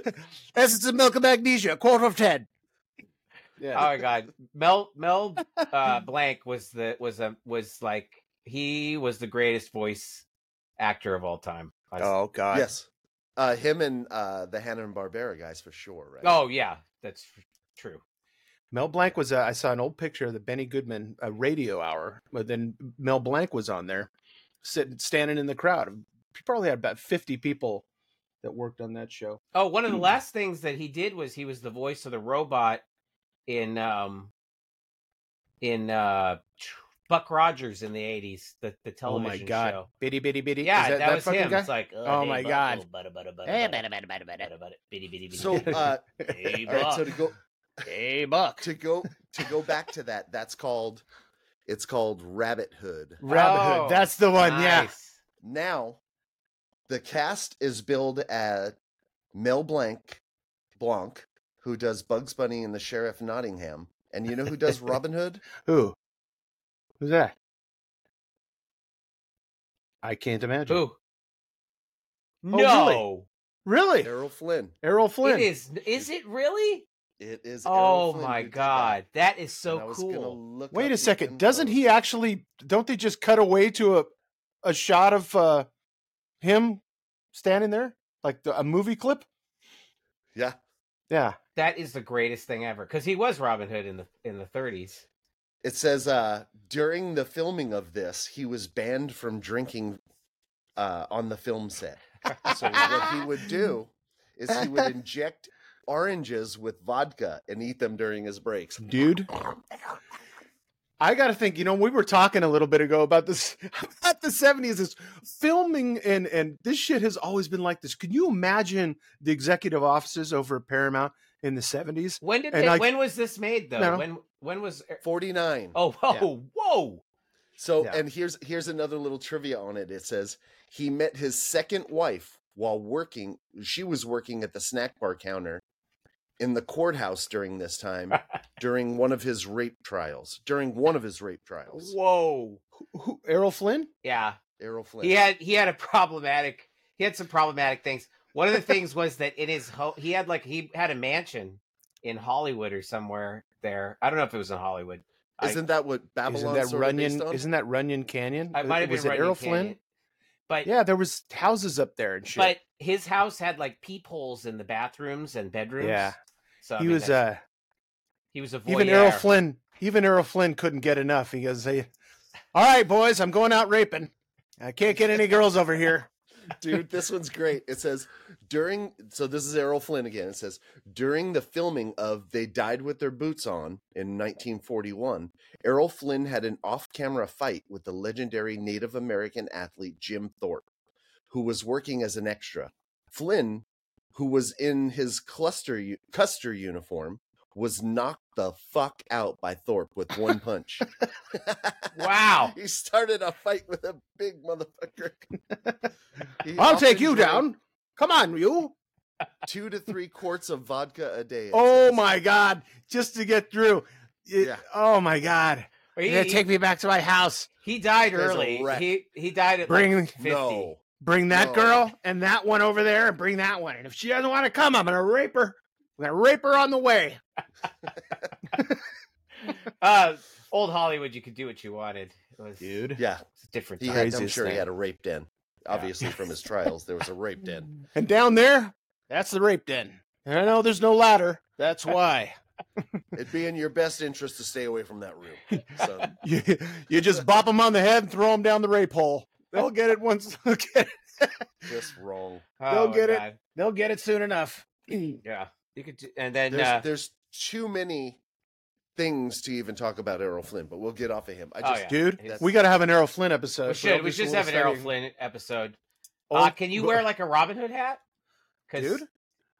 *laughs* Essence of milk and magnesia, quarter of ten.
Oh
Yeah.
my god, Mel Mel
*laughs*
uh, Blank was the was a was like he was the greatest voice actor of all time. I-
oh, God.
Yes. Uh, him and uh, the Hanna and Barbera guys for sure, right?
Oh yeah, that's f- true.
Mel Blanc was, uh, I saw an old picture of the Benny Goodman uh, radio hour, but then Mel Blanc was on there sitting, standing in the crowd. He Probably had about 50 people that worked on that show.
Oh, one of
*clears throat*
the last things that he did was he was the voice of the robot in um in uh Buck Rogers in the eighties, the the television
oh my God.
show.
Bitty, bitty, bitty.
Yeah,
Is
that, was
fucking
him.
guy?
It's
*laughs*
like,
Oh my God.
Butter, butter, butter,
Hey,
Eh,
butter,
bada, bada, bada, bada.
butter, butter, bitty, bitty, bitty,
*laughs*
So,
bitty.
uh,
*laughs* hey,
all right,
Buck.
so to go
Hey, Buck.
to go to go back to that that's called it's called rabbit hood
Rabbit Hood.
Oh,
That's the one. Yeah.
Nice.
now The cast is billed at Mel Blanc, Blanc, who does Bugs Bunny and the Sheriff Nottingham, and you know who does
*laughs*
Robin Hood?
Who? Who's that? I can't imagine.
Who?
really?
No,
Really?
Errol Flynn.
Errol Flynn.
it is. Is it really?
It is. Errol
Oh
Flynn
my
who did that.
god, that is
And I
so
was
cool.
gonna look
Wait
up
a
the
second. Doesn't
info.
he actually? Don't they just cut away to a a shot of uh, him standing there, like the, a movie clip?
Yeah.
Yeah.
That is the greatest thing ever because he was Robin Hood in the in the 30s.
It says uh, during the filming of this, he was banned from drinking uh, on the film set. So what he would do is
*laughs*
he would inject oranges with vodka and eat them during his breaks.
Mm.
dude. I gotta think. You know, we were talking a little bit ago about this *laughs* about the seventies. Is filming and and this shit has always been like this. Can you imagine the executive offices over at Paramount in the seventies?
When did
And
they,
I-
when was this made though?
No.
When when was
Forty nine.
Oh whoa whoa.
So
Yeah.
and here's here's another little trivia on it. It says he met his second wife while working. She was working at the snack bar counter in the courthouse during
*laughs*
this time during one of his rape trials. During one of his rape trials.
Whoa.
Who, Errol Flynn?
Yeah.
Errol Flynn.
He had he had a problematic he had some problematic things. One of the things was that in his ho- he had like he had a mansion in Hollywood or somewhere there. I don't know if it was in Hollywood. I-
Isn't that what Babylon
isn't that
sort of based
Runyon?
on?
Isn't that Runyon Canyon? Uh,
I might have
was
been
it
right
Errol Flynn?
But
Yeah, there was houses up there and shit.
but his house had like peepholes in the bathrooms and bedrooms.
Yeah.
So I
he
mean,
was
that's-
uh,
he was a voyeur.
even Errol Flynn. Even Errol Flynn couldn't get enough. He goes, "Hey, all right, boys, I'm going out raping. I can't get any girls over here."
Dude, this one's great. It says during so this is Errol Flynn again. It says during the filming of They Died with Their Boots On in 1941, Errol Flynn had an off-camera fight with the legendary Native American athlete Jim Thorpe, who was working as an extra. Flynn, who was in his cluster u- Custer uniform, was knocked the fuck out by Thorpe with one punch.
Wow.
*laughs*
He started a fight with a big motherfucker. He
I'll take
often
you
drank
down. Come on, you.
Two to three quarts of vodka a day. it
Oh
says.
my god, just to get through. It-
Yeah.
Oh my god.
He,
You're gonna
he-
take me back to my house.
he died
This guy's a
early.
wreck.
He he died at
Bring-
like 50.
No,
Bring that
No.
girl and that one over there and bring that one. And if she doesn't want to come, I'm gonna rape her. I'm gonna rape her on the way.
Uh, old Hollywood, you could do what you wanted. It was,
*laughs*
yeah,
it's a different
he
time.
had, I'm
Craziest
sure he
thing.
had a rape den. Obviously, from his trials, there was a rape den.
*laughs* And down there, that's the rape den. And I know there's no ladder. That's why.
It'd be in your best interest to stay away from that room. So,
*laughs* you, you just bop them on the head and throw them down the rape hole. They'll get it once. *laughs* They'll get it,
just wrong.
Oh,
They'll get
my
it.
God.
they'll get it soon enough. *clears throat*
Yeah, you could. Do, and then
There's,
uh,
there's too many things to even talk about Errol Flynn, but we'll get off of him. I
Oh,
just
yeah.
Dude,
It's-
we got to have an Errol Flynn episode.
we should we should have an Errol Flynn episode. Uh, can you wear like a Robin Hood hat? 'Cause
Dude?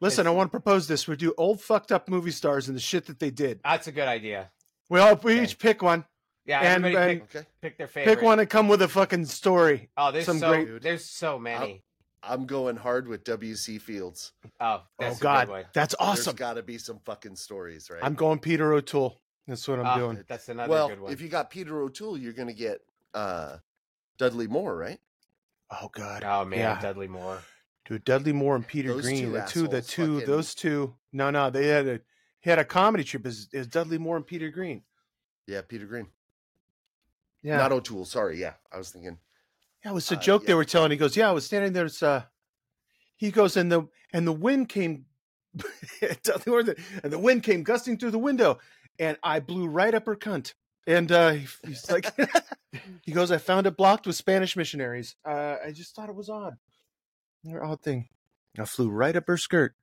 Listen, I want to propose this. We do old fucked up movie stars and the shit that they did.
that's a good idea.
We all we
Uh, Okay.
each pick one,
Yeah,
And-
everybody
and-
pick,
okay.
pick their favorite.
pick one, and come with a fucking story.
Oh, there's
some
so
great- Oh.
there's so many.
I'm going hard with W.C. Fields.
Oh, that's a
oh
good
God,
one.
that's
There's
awesome.
got to be some fucking stories, right?
I'm going Peter O'Toole. That's what I'm
Ah,
doing.
That's another
well,
good one.
if you got Peter O'Toole, you're going to get uh, Dudley Moore, right?
Oh God,
oh man,
yeah.
Dudley Moore.
dude, Dudley Moore and Peter
Those
Green,
two
the two, the
assholes
two,
fucking-
those two. No, no, they had a he had a comedy trip. Is, is Dudley Moore and Peter Green?
Yeah, Peter Green.
Yeah,
Not O'Toole. Sorry. Yeah, I was thinking.
Yeah, it was a
Uh,
joke they
yeah.
were telling. He goes, "Yeah, I was standing there." It's uh, he goes, and the and the wind came, *laughs* Dudley Moore, the- and the wind came gusting through the window, and I blew right up her cunt. And uh, he- he's like, he goes, "I found it blocked with Spanish missionaries. Uh, I just thought it was odd. They're an odd thing. I flew right up her skirt.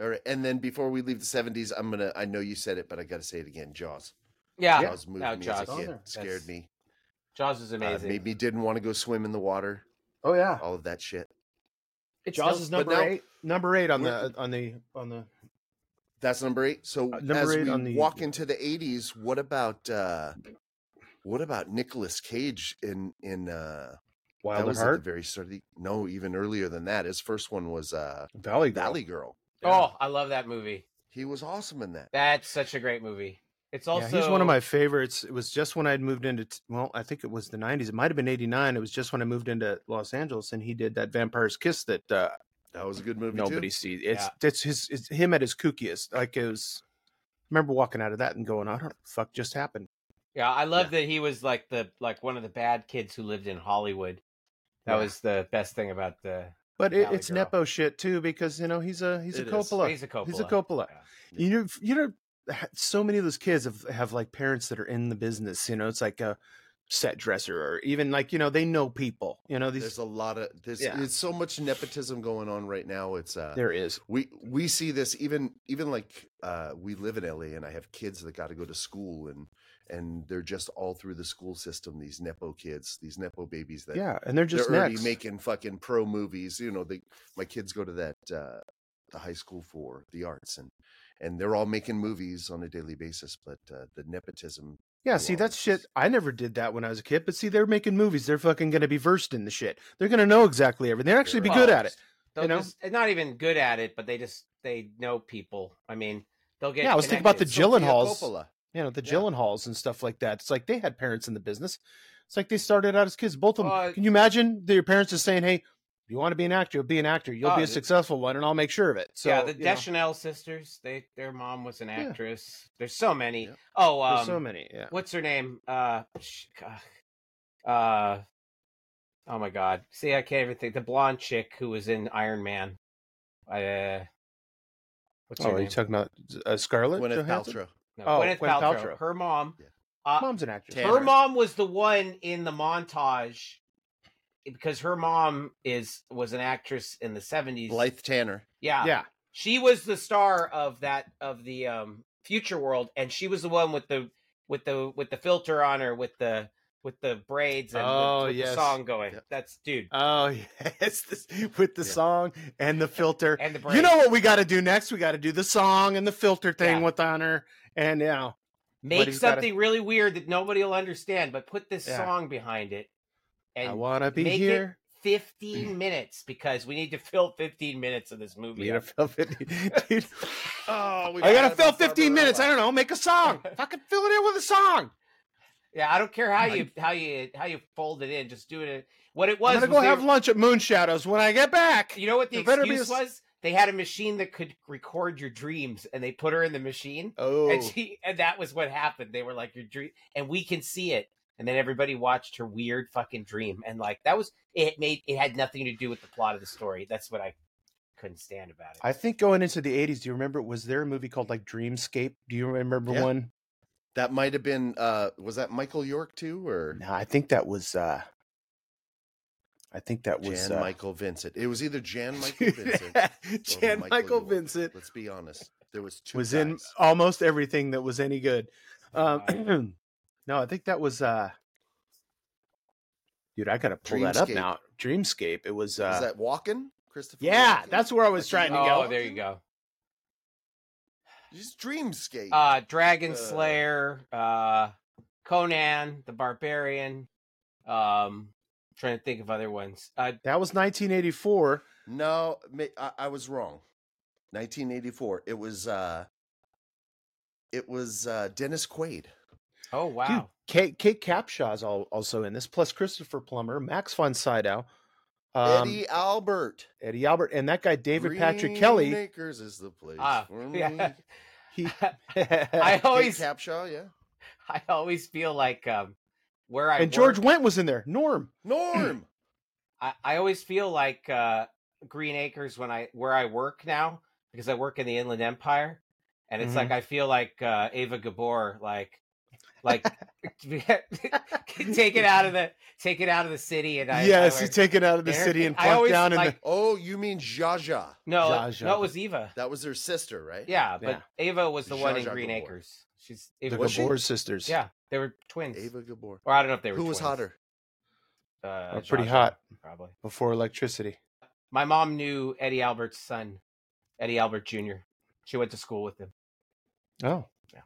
All right, and then before we leave the seventies, I'm gonna. I know you said it, but I gotta say it again. Jaws.
Yeah,
Jaws moved
No,
me
Jaws.
as a
Oh,
kid.
there.
Scared
That's
me.
Jaws is
Uh,
amazing. Ah.
made me didn't want to go swim in the water.
Oh yeah,
All of that shit.
It's
Jaws
still-
is
but
number
now-
eight. Number eight on the
We're-
on the on the.
That's number eight. So
Uh, number
as
eight
we
on the-
walk into the eighties, what about uh what about Nicolas Cage in in uh that
Wild at
was at
Heart,
the very start. Of the, no, even earlier than that. His first one was uh,
Valley Girl.
Valley Girl.
Oh, I love that movie.
He was awesome in that.
That's such a great movie. It's also
yeah, he's one of my favorites. It was just when I'd moved into, t- well, I think it was the 90s. It might have been 89. It was just when I moved into Los Angeles and he did that Vampire's Kiss that uh,
That was a good movie.
nobody
Too.
sees. It's, it's his, it's him at his kookiest. Like it was, I remember walking out of that and going, I don't know what the fuck just happened.
Yeah, I love that he was like the like one of the bad kids who lived in Hollywood. That
Yeah.
was the best thing about the
But it,
Valley
it's
Girl.
Nepo shit too because, you know, he's a, he's
It
a
is.
Coppola.
He's a Coppola.
He's a Coppola.
Yeah.
You know, you know, so many of those kids have, have like parents that are in the business. You know, it's like a set dresser or even like you know they know people. You know, these
There's a lot of there's,
Yeah.
there's so much nepotism going on right now. It's uh,
there is
we we see this even even like uh, we live in LA and I have kids that got to go to school and and they're just all through the school system. These nepo kids, these nepo babies that
yeah, and they're just
they're already
next.
making fucking pro movies. You know, they my kids go to that uh, the high school for the arts and and they're all making movies on a daily basis. But uh, the nepotism,
Yeah, see
Well,
that
it's-
shit. I never did that when I was a kid, but see, they're making movies. They're fucking gonna be versed in the shit. They're gonna know exactly everything. They're actually be
They're
good
all
at it.
just- They'll
know?
just and not even good at it, but they just they know people. I mean, they'll get.
Yeah, I was thinking about the
connected.
Jill- Gyllenhaals.
Sofia Coppola.
You know, the
Yeah.
Gyllenhaals and stuff like that. It's like they had parents in the business. It's like they started out as kids. Both of them.
Uh,
Can you imagine that your parents just saying, "Hey, if you want to be an actor? Be an actor. You'll
Oh,
be a
the-
successful one, and I'll make sure of it." So
yeah, the
you know,
Deschanel sisters. They their mom was an
Yeah.
actress. There's so many.
Yeah.
Oh,
there's
um,
so many. Yeah.
what's her name? Uh, sh- ugh. uh, oh my god. See, I can't even think. The blonde chick who was in Iron Man. Uh, what's her
Oh, are you
name?
talking about uh, Scarlett
Gwyneth
Johansson?
Paltrow.
No,
Oh,
Gwyneth
Gwyneth
Paltrow.
Paltrow.
Her mom.
Yeah.
Uh,
Mom's an actress.
Tanner.
her mom was the one in the montage because her mom is was an actress in the 70s
Blythe Tanner.
yeah.
Yeah.
she was the star of that of the um future world and she was the one with the with the with the filter on her with the with the braids and
Oh,
the, with
yes.
the song going
Yep.
that's dude
Oh *laughs* yes, this, with the
Yeah.
song and the filter.
and the braids.
You know what we got to do next? We got to do the song and the filter thing
Yeah.
with honor, and you know,
make
he's gotta-
something really weird that nobody will understand but put this
Yeah.
song behind it
I
and
want to be
make it
here.
15 minutes because we need to fill 15 minutes of this movie
We gotta
up.
fill 15. Dude,
Oh, we
I
forgot
gotta fill
about
15
Barbarella.
minutes. I don't know. Make a song. Fucking fill it in with a song.
Yeah, I don't care how you how you how you fold it in. Just do it. What it was.
I'm gonna
was
go
they-
have lunch at Moon Shadows when I get back.
you know what the
there better be a
excuse
s-
was? They had a machine that could record your dreams, and they put her in the machine,
Oh,
and she and that was what happened. They were like your dream, and we can see it. And then everybody watched her weird fucking dream, and like that was it. Made it had nothing to do with the plot of the story. That's what I couldn't stand about it.
I think going into the 80s. Do you remember? Was there a movie called like Dreamscape? Do you remember
Yeah.
one?
That might have been. uh Was that Michael York too, or
No, I think that was. uh I think that was
Jan
*laughs* uh,
Michael Vincent? It was either
*laughs*
Jan Michael Vincent.
*laughs* Jan
Michael
Michael
York.
Vincent.
Let's be honest. There was two.
was in
guys.
almost everything that was any good.
Wow.
Um, *clears throat* no, I think that was uh dude, I gotta pull that up
Dreamscape.
now. Dreamscape. It was uh
was that Walken? Christopher.
Yeah,
Walken?
that's where I was
think
trying to
it
go.
oh, there you go.
Just Dreamscape.
uh dragon
Uh,
slayer uh conan the barbarian um trying to think of other ones uh
That was nineteen eighty four.
no, ma- I, I was wrong. 1984. It was. uh It was uh Dennis Quaid.
oh
Dude,
wow
Kate Kate Capshaw's al- also in this, plus Christopher Plummer, Max von Sydow, um, Eddie.
Eddie Albert.
Albert, and that guy David Patrick Kelly.
Acres is the place.
Ah,
for
*laughs* yeah. Oh,
me. Kate
*laughs*
He,
i always
Capshaw. Yeah.
i always feel like um where i
*laughs* and George
work,
Went was in there. Norm.
Norm.
I, I always feel like uh green acres when i where i work now because i work in the inland empire and it's
Mhm.
like i feel like uh ava gabor like
*laughs*
like *laughs* take it out of the take it out of the city and i I
yes,
work-
he's taken out of the
There-
city and
I
plunked
always
down in the
like
Oh, you mean Zsa Zsa.
No,
Zsa
no,
Zsa.
it was Eva.
That was her sister, right?
Yeah, but Ava was the
Zsa
one in
Zsa
Green
Gabor.
Acres. She's
the
Ava.
Was she?
Gabor sisters.
Yeah, they were twins.
Ava Gabor.
Or I don't know if they
Who
were.
was
twins.
hotter?
Uh,
Uh, pretty
Zsa Zsa,
hot.
probably.
before electricity.
My mom knew Eddie Albert's son, Eddie Albert Jr. She went to school with him.
Oh.
Yeah.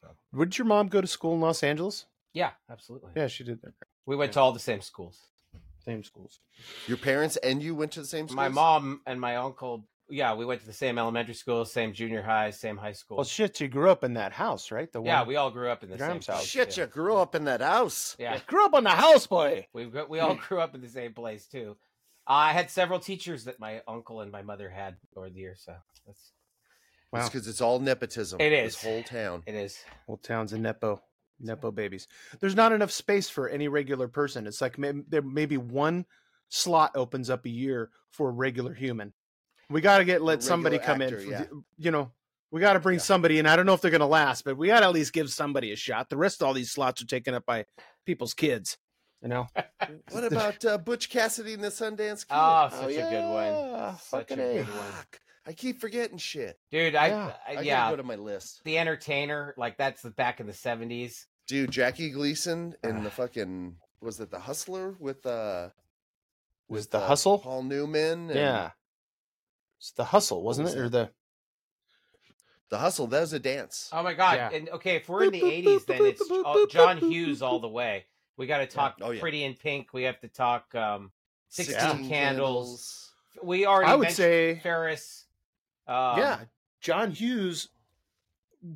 So-
Would your mom go to school in Los Angeles?
Yeah, absolutely.
Yeah, she did.
We went to all the same schools.
Same schools.
Your parents and you went to the same school.
My mom and my uncle, yeah, we went to the same elementary school, same junior high, same high school.
Well, shit, you grew up in that house, right? The
yeah, we all grew up in the
Your
same
mom's house.
Shit,
yeah.
you grew up in that house.
Yeah,
grew up on the house, boy.
we gr- we all grew up in the same place too. I had several teachers that my uncle and my mother had over the year, so that's
Wow.
It's because it's all nepotism.
It
This
is.
whole
*laughs*
town.
it is.
Old towns and nepo, nepo babies. There's not enough space for any regular person. It's like may- there maybe one slot opens up a year for a regular human. We got to get let somebody
regular
come
actor,
in. for
yeah.
the- You know, we got to bring
Yeah.
somebody in. I don't know if they're going to last, but we got to at least give somebody a shot. The rest of all these slots are taken up by people's kids. You know,
What about uh, Butch Cassidy and the Sundance Kid?
Oh, such a good one,
Yeah,
Such a
fucking A.
good one.
Fuck. I keep forgetting shit.
dude. I
Yeah,
I-
I
yeah,
gotta go to my list,
the Entertainer, like that's the back in the seventies.
dude. Jackie Gleason and the
Ah.
fucking was it the Hustler with uh
Was
with,
The
uh,
Hustle?
Paul Newman? and-
Yeah. It's the hustle, wasn't
was
it? Or
it?
the
the Hustle. That was a dance.
Oh my god!
Yeah.
And okay, if we're in
Boop,
the
boop,
eighties,
boop,
then
boop,
it's
boop,
all-
boop,
John
boop, boop,
Hughes all the way. We got to talk
Oh, yeah.
Pretty in Pink. We have to talk. um 16
Sixteen
Candles. We already.
I would
mentioned
say
Ferris. Um,
yeah, John Hughes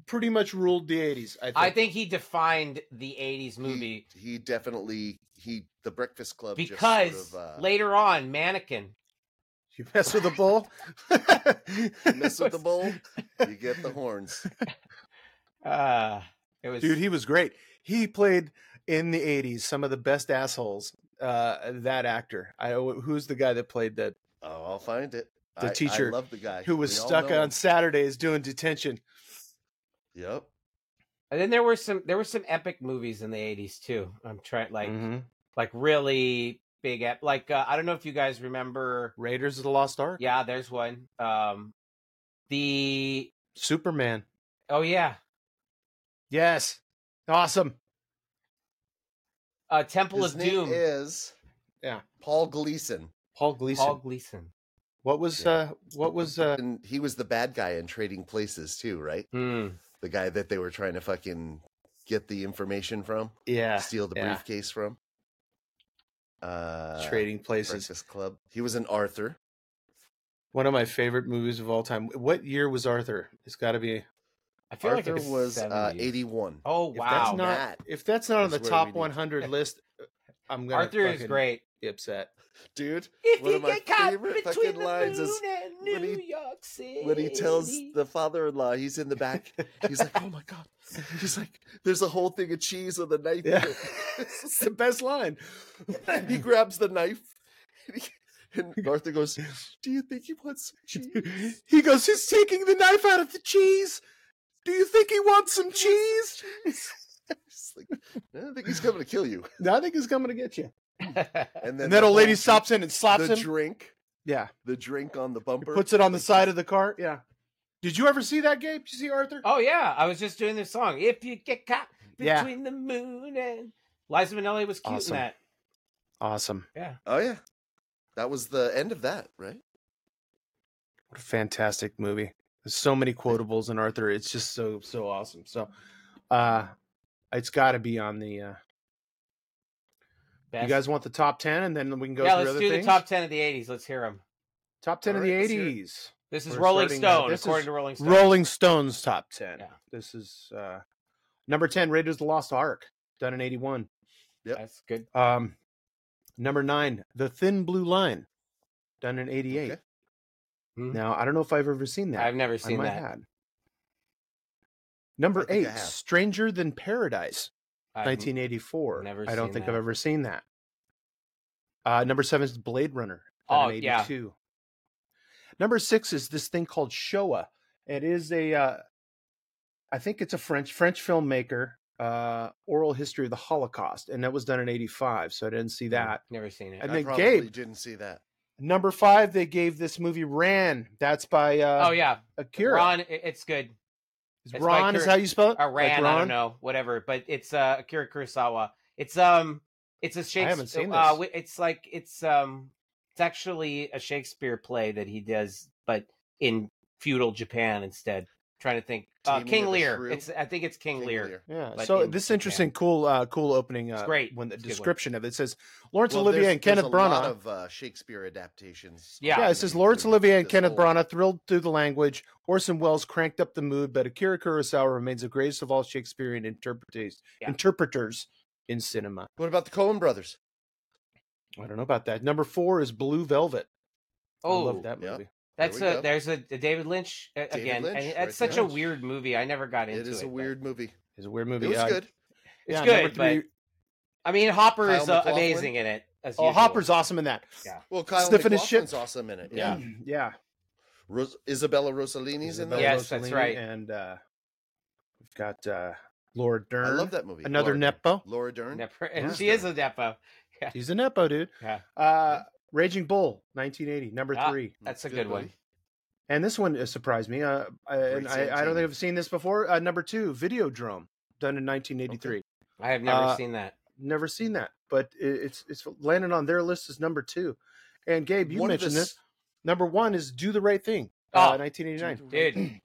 pretty much ruled the 80s, I think.
I think he defined the '80s movie
He, he definitely he the Breakfast Club just sort
because
of, uh,
later on, Mannequin.
you mess with the bull. *laughs*
*laughs* you mess with the bowl, you get the horns.
Uh, it was
Dude, he was great. He played in the 80s some of the best assholes. Uh, that actor. I who's the guy that played that
Oh, I'll find it.
The
I- I
teacher
love the guy
who was
We all
stuck
know
on
him.
Saturdays doing detention.
Yep.
and then there were some there were some epic movies in the '80s too. I'm trying like
Mhm.
like really big ep- like uh, I don't know if you guys remember.
Raiders of the Lost Ark.
Yeah, there's one. Um, the
Superman.
oh yeah,
Yes. Awesome.
uh, Temple
His
of
name
Doom.
is
Yeah.
Paul Gleason.
Paul Gleason.
Paul Gleason.
What was
Yeah.
uh what was uh
and he was the bad guy in Trading Places too, right?
Hmm.
The guy that they were trying to fucking get the information from,
yeah,
steal the
yeah.
briefcase from. Uh,
Trading Places.
Breakfast Club. He was an Arthur.
One of my favorite movies of all time. What year was Arthur? It's got to be
I feel like
Arthur
it's
was uh,
70s.
eighty-one.
Oh
If that's
wow,
not
That
if that's not on the
is where we
top
need to- *laughs*
100 list, uh, I'm going to
Arthur is great.
Be upset.
Dude,
If
One of my favorite fucking lines is
and
when he-
York City,
when he tells the father-in-law, he's in the back. He's like, "Oh my god!" He's like, "There's a whole thing of cheese on the knife."
Yeah. *laughs* it's the best line.
he grabs the knife, and, he, and Arthur goes, "Do you think he wants *laughs* some cheese?"
he goes, "He's taking the knife out of the cheese. Do you think he wants some cheese?" *laughs*
It's like, "No, I think he's coming to kill you.
No, I think he's coming to get you.
*laughs*
And then
And that
the
old lady
whole
stops in and slaps
drink- the
him.
drink, *laughs*
yeah.
the drink on the bumper.
Puts it on the side of the car. Yeah. Did you ever see that, Gabe? You see Arthur?
"Oh yeah, I was just doing this song. If you get caught
Yeah.
between the moon and Liza Minnelli was cute
Awesome.
in that.
Awesome.
Yeah,
Oh yeah, that was the end of that, right?
What a fantastic movie. There's so many quotables in Arthur. It's just so so awesome. So uh it's got to be on the uh
Best.
You guys want the top 10 and then we can go
yeah,
through
let's
other
do
things.
the top ten of the '80s. Let's hear them.
Top 10
All
of the
right, let's hear it.
80s.
This is
We're
Rolling
starting now.
Stone,
This
according
is
to Rolling Stone.
Rolling Stones top 10.
Yeah.
This is uh number 10 Raiders of the Lost Ark, done in 81.
Yep.
That's good.
Um number 9 The Thin Blue Line, done in 88.
Okay.
Hmm.
Now, I don't know if I've ever seen that.
I've never
I
seen
might
that.
add. Number
I think I
eight,
have.
Stranger Than Paradise,
I've-
1984.
never
I don't
seen
think
that.
I've ever seen that. Uh, number seven is Blade Runner.
Oh,
done in
yeah.
82. Number six is this thing called Showa. It is a, uh, I think it's a French French filmmaker, uh, oral history of the Holocaust, and that was done in '85. So I didn't
Hmm.
see that.
Never seen it. Oh,
And
I
then
probably
Gabe.
didn't see that.
Number five, they gave this movie Ran. That's by uh,
oh yeah,
Akira.
Ron. i- It's good.
Is
It's by
Ron is
Kira-
how you spell it?
Or
Like
Ran. I
Ron?
don't know. Whatever. But it's uh, Akira Kurosawa. It's um, it's a Shakespeare.
haven't seen
Uh,
this.
wi- it's like it's um, it's actually a Shakespeare play that he does, but in feudal Japan instead. trying to think. Uh,
Taming
King
of the
Lear.
Shrew?
It's I think it's King,
King
Lear.
Lear.
Yeah.
But
so
in
this
Japan.
interesting, cool, uh, cool opening. Uh,
It's great.
When the
It's a good one.
description of it says Lawrence
Well,
Olivier
there's-
and
there's
Kenneth
a lot
Branagh.
of uh, Shakespeare adaptations.
Yeah.
yeah, it says Lawrence
including
Olivier and
this
Kenneth
whole-
Branagh thrilled through the language. Orson Welles cranked up the mood, but Akira Kurosawa remains the greatest of all Shakespearean interpreters.
Yeah.
Interpreters in cinema.
What about the Coen Brothers?
I don't know about that. Number four is Blue Velvet.
Oh,
I love that
yeah.
movie.
that's a
There we go.
there's a, a David Lynch uh,
David
again,
Lynch,
and
right
it's such
there.
a weird movie. I never got into it.
it is a
but-
weird movie.
It's a weird
It
movie.
was
Uh,
good.
It's
yeah, number
good, but
three-
I mean, Hopper
Kyle
is uh,
MacLachlan?
amazing in it. As
oh,
usual.
Hopper's awesome in that.
Yeah.
Well, Kyle
Sniffing his shit.
MacLachlan's awesome in it.
*clears throat*
Yeah,
Yeah, yeah.
Ros- Isabella Rossellini's in that.
Isabella
Yes, that's
Rossellini
right.
And uh, we've got uh, Laura Dern.
I love that movie.
Another
Laura,
nepo.
Laura Dern.
Nepo- *laughs* and
Yeah.
she is a Depo.
He's a nepo, dude.
Yeah.
Uh, Raging Bull, 1980, number
Ah.
three.
That's a good one.
Hmm, movie.
And this one uh, surprised me. Uh, I, and
Great
I, I don't
Santini.
think I've seen this before. Uh, number two, Videodrome, done in 1983.
I have never
Uh,
seen that.
Never seen that, but it, it's it's landing on their list as number two. And Gabe, you
One of
mentioned
the
this. Number one is Do the Right Thing,
Oh,
Ah,
uh, 1989.
dude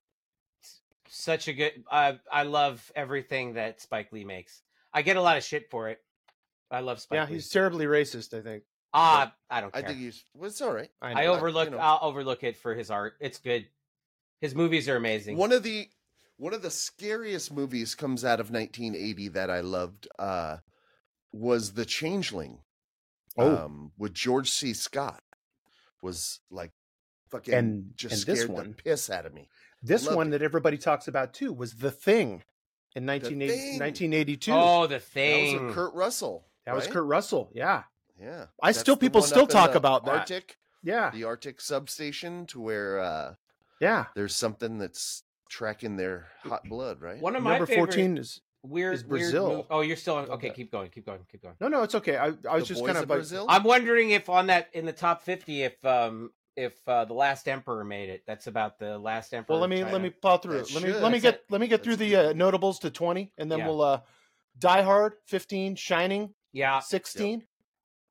such a good uh, i love everything that spike lee makes i get a lot of shit for it i love spike
Yeah,
lee
he's terribly racist, I think.
ah i don't
I
care i,
think he's. Well, it's all right.
know.
I- you
overlook
know.
i'll overlook it for his art it's good his movies are amazing
One of the one of the scariest movies comes out of 1980 that I loved uh, was The Changeling.
Oh.
um, with George C. Scott was like fucking
And-
just
and
scared
this one.
the piss out of me.
This
Loved
one
it.
that everybody talks about too was The Thing in 1980,
Thing.
1982.
oh the
That was
thing
with Kurt Russell.
that was
right?
Kurt Russell. Yeah.
Yeah,
I
That's
still-
the
people
one
still
up in
talk
the
about that.
Arctic,
Yeah.
the Arctic substation, to where uh,
Yeah.
there's something that's tracking their hot blood, right?
one of my
Number
favorite
14 is
weird
is
weird
Brazil.
mov- oh you're still on
Love
okay
that.
keep going keep going keep going
No, no, it's okay. I, I was
The
just
Boys
kind
of
of like,
Brazil.
i'm wondering if on that in the top 50 if um if uh, the last emperor made it that's about the last emperor
well, let
of
me
China.
let me plow through
That
it. Let me
should.
let me
That's
get let me get through
That's
the uh, notables to 20 and then
Yeah.
we'll uh Die Hard 15, Shining
Uh,
yeah
16,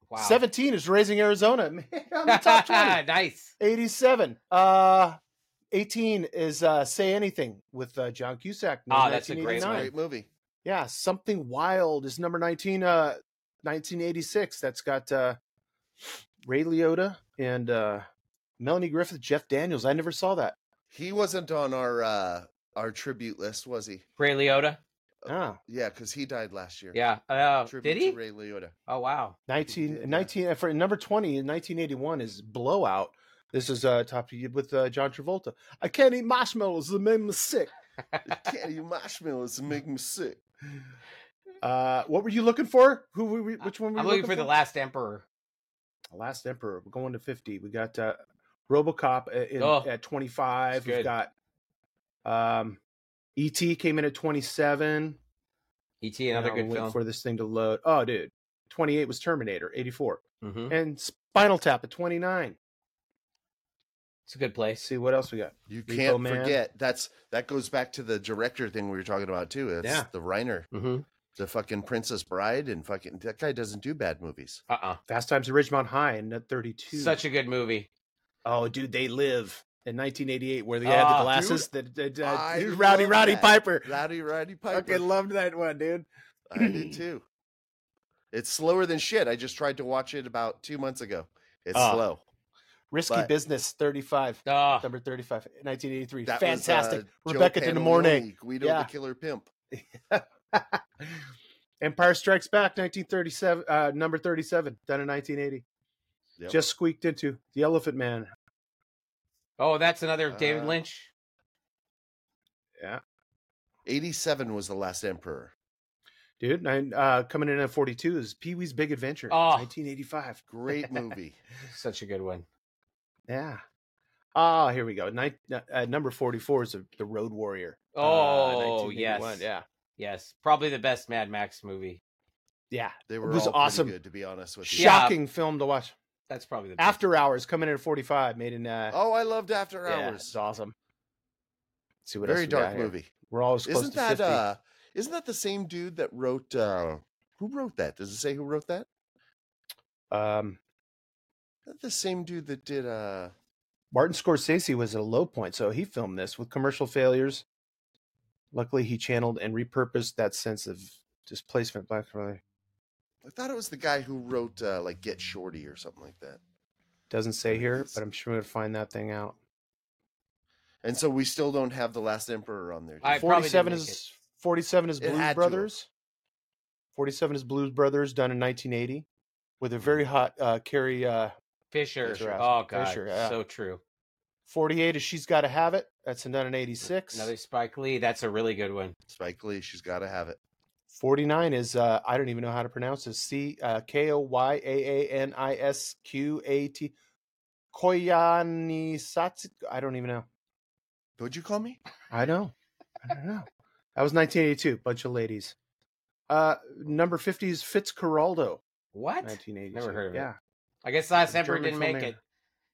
wow
17 is Raising Arizona. *laughs* Man, on the
*laughs*
top
*laughs*
20.
nice
87. Uh 18 is uh Say Anything with uh, John Cusack.
Ah, that's a great
It's a
1989.
great movie.
Yeah, Something Wild is number 19 uh 1986. That's got uh Ray Liotta and uh Melanie Griffith, Jeff Daniels. I never saw that.
He wasn't on our uh, our tribute list, was he?
Ray Liotta.
Ah,
Yeah, because he died last year.
Yeah. Oh,
Tribute
did he?
To Ray Liotta.
Oh, wow.
19,
did, yeah.
19 uh, for number 20 in 1981 is Blowout. This is uh top with uh, John Travolta. I can't eat marshmallows, they made me sick.
Can't you marshmallows make me sick?
Uh what were you looking for? Who were we, which one were
I'm
you
looking for the last emperor.
The Last Emperor. We're going to 50. We got uh RoboCop at, in,
Oh,
at 25.
it's
We've
good.
got um ET came in at 27.
E.T. E Another
Now
good
I'm waiting
film.
for this thing to load. Oh dude. 28 was Terminator, 84.
Mhm.
And Spinal Tap at 29.
It's a good
Let's
place.
see what else we got.
You
Repo
can't
Man.
forget that's that goes back to the director thing we were talking about too. It's
Yeah.
the Reiner,
Mm-hmm.
the fucking Princess Bride, and fucking that guy doesn't do bad movies.
Uh uh
Fast Times at Ridgemont High in 32.
Such a good movie.
Oh, dude, they live in 1988, where they had the
Ah,
glasses. that that- that-
I
dude, *laughs* Rowdy
love
Roddy
that.
Piper.
Rowdy Roddy Piper.
Fucking loved that one, dude.
I did too. It's slower than shit. I just tried to watch it about two months ago. It's
Ah.
slow.
Risky
But-
Business, 35,
Oh,
number 35, 1983.
That was, uh,
Fantastic.
Joe
Rebecca De Mornay.
Pantaleone, Guido
Yeah.
the Killer Pimp.
Empire Strikes Back, 1937, uh, number 37, done in 1980.
Yep.
Just squeaked into The Elephant Man.
oh, that's another David
Uh,
Lynch.
eighty-seven was the last Emperor.
Dude, nine, uh, coming in at 42 is Pee Wee's Big Adventure,
Oh.
1985. *laughs*
Great movie.
Such a good one.
Yeah. Ah, here we go. Nine, uh, number 44 is the, the Road Warrior. uh,
Oh,
1981.
yes.
Yeah.
Yes. Probably the best Mad Max movie.
Yeah.
They were
was
all
awesome.
awesome. good, to be honest with you.
Yeah.
Shocking film to watch.
That's probably the best.
After Hours coming in at 45, made in uh,
Oh, I loved After
yeah,
Hours.
It's awesome. Let's see what
Very
else we got
dark
here.
movie.
We're always close
isn't
to
that
50.
uh isn't that the same dude that wrote uh who wrote that does it say who wrote that
um,
Isn't that the same dude that did uh
Martin Scorsese was at a low point, so he filmed this with commercial failures, Luckily, he channeled and repurposed that sense of displacement back from the
I thought it was the guy who wrote uh, like Get Shorty or something like that.
Doesn't say here, but I'm sure we'll find that thing out.
And so we still don't have the Last Emperor on there. do
I
we?
probably didn't
47
make
is 47 is
It had to
Blues
have.
Brothers. 47 is Blues Brothers, done in 1980, with
Hmm.
a very hot uh, Carrie. Uh,
Fisher.
Fisher,
oh
Ashley
god,
Fisher, yeah.
so true.
48 is She's Got to Have It. That's done in 86.
Another Spike Lee. That's a really good one.
Spike Lee, she's got to have it.
49 is uh, I don't even know how to pronounce this. C uh, K O Y A A N I S Q A T Koyani Satsu. I don't even know.
What'd you
*laughs*
call me?
I know. I don't know. That was 1982. Bunch of ladies. Uh, number 50 is Fitzcarraldo.
What?
1982.
Never heard of it.
yeah.
I guess Last
The
Emperor
German
didn't make
filmmaker.
it.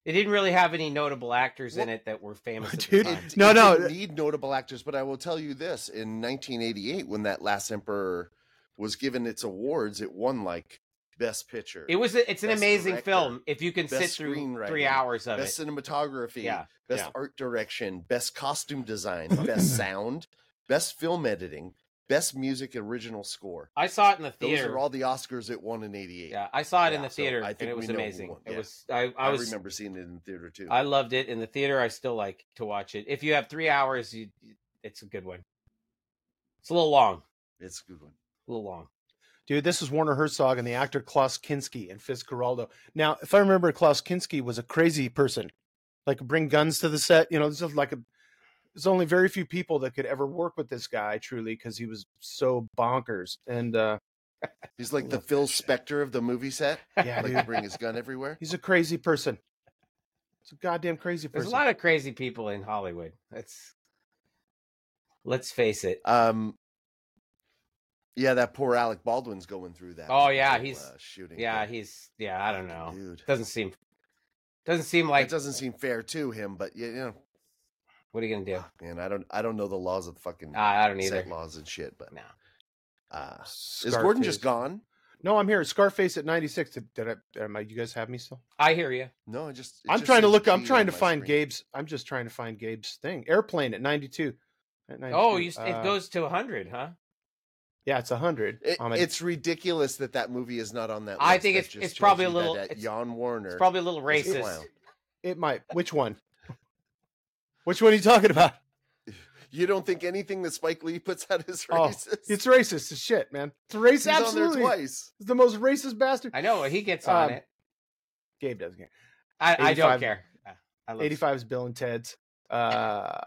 It didn't really have any notable actors in
Well-
it that were
*laughs*
famous. at the
Dude,
time.
It,
No,
it
no.
didn't need notable actors, but I will tell you this: in 1988, when that Last Emperor was given its awards, it won like Best Picture,
It was. a- It's an
Best
amazing
director,
film if you can sit
best
through three
screenwriting,
hours of
Best
it.
Cinematography,
Yeah,
Best
yeah.
Art Direction, Best
*laughs*
Costume Design, Best Sound, Best Film Editing, Best Music Original Score.
I saw it in the
Those
theater.
are all the Oscars it won in '88.
yeah, I saw it in
Yeah,
the
so
theater,
I
and
think
it was
we know who
amazing.
won,
It
yeah.
was. I, I
I,
was.
remember seeing it in the theater too.
I loved it in the theater. I still like to watch it. If you have three hours, you, it's a good one. It's a little long.
it's a good one.
A little long.
Dude, this is Warner Herzog and the actor Klaus Kinski and Fitzcarraldo. Now, if I remember, Klaus Kinski was a crazy person, like bring guns to the set. You know, this is like a. There's only very few people that could ever work with this guy truly because he was so bonkers. And uh,
He's like the Phil Spector of the
*laughs*
movie set.
yeah,
Like to
dude,
bring his gun everywhere.
he's a crazy person. It's a goddamn crazy
There's
person.
a lot of crazy people in Hollywood. That's. Let's face it.
Um, yeah, that poor Alec Baldwin's going through that.
Oh, yeah,
whole, uh,
he's-
shooting.
Yeah,
thing.
he's. Yeah, I don't know.
dude.
Doesn't seem. Doesn't seem
Like,
like.
it doesn't seem fair to him, but you, you know,
What are you gonna
*sighs*
do?
man, I don't, I don't know the laws of fucking
I I don't either.
set laws and shit. But
No.
uh, is Gordon just gone?
No, I'm here. Scarface at 96. Did, did I? Am I? You guys have me still?
I hear you.
No, I just. it
I'm
just
trying to
says
look. I'm
G
trying
on
to
my
find
screen.
Gabe's. I'm just trying to find Gabe's thing. Airplane at 92. At 92.
Oh, you, s-
Uh,
it goes to 100, huh?
Yeah, it's 100.
It-
Um, and-
it's ridiculous that that movie is not on that.
I
list.
think
That
it's-
just
it's
shows
probably a
you that
little-
That,
it's-
Jan Warner.
It's probably a little
is a
racist.
clown.
it might. Which one? Which one are you talking about?
You don't think anything that Spike Lee puts out is
Oh,
racist?
It's racist as shit, man. It's racist.
He's on
absolutely.
there twice.
It's the most racist bastard.
I know he gets on
Um,
it.
Gabe doesn't care.
I, I don't
85
care. I- I love
85 is Bill and Ted's. Uh,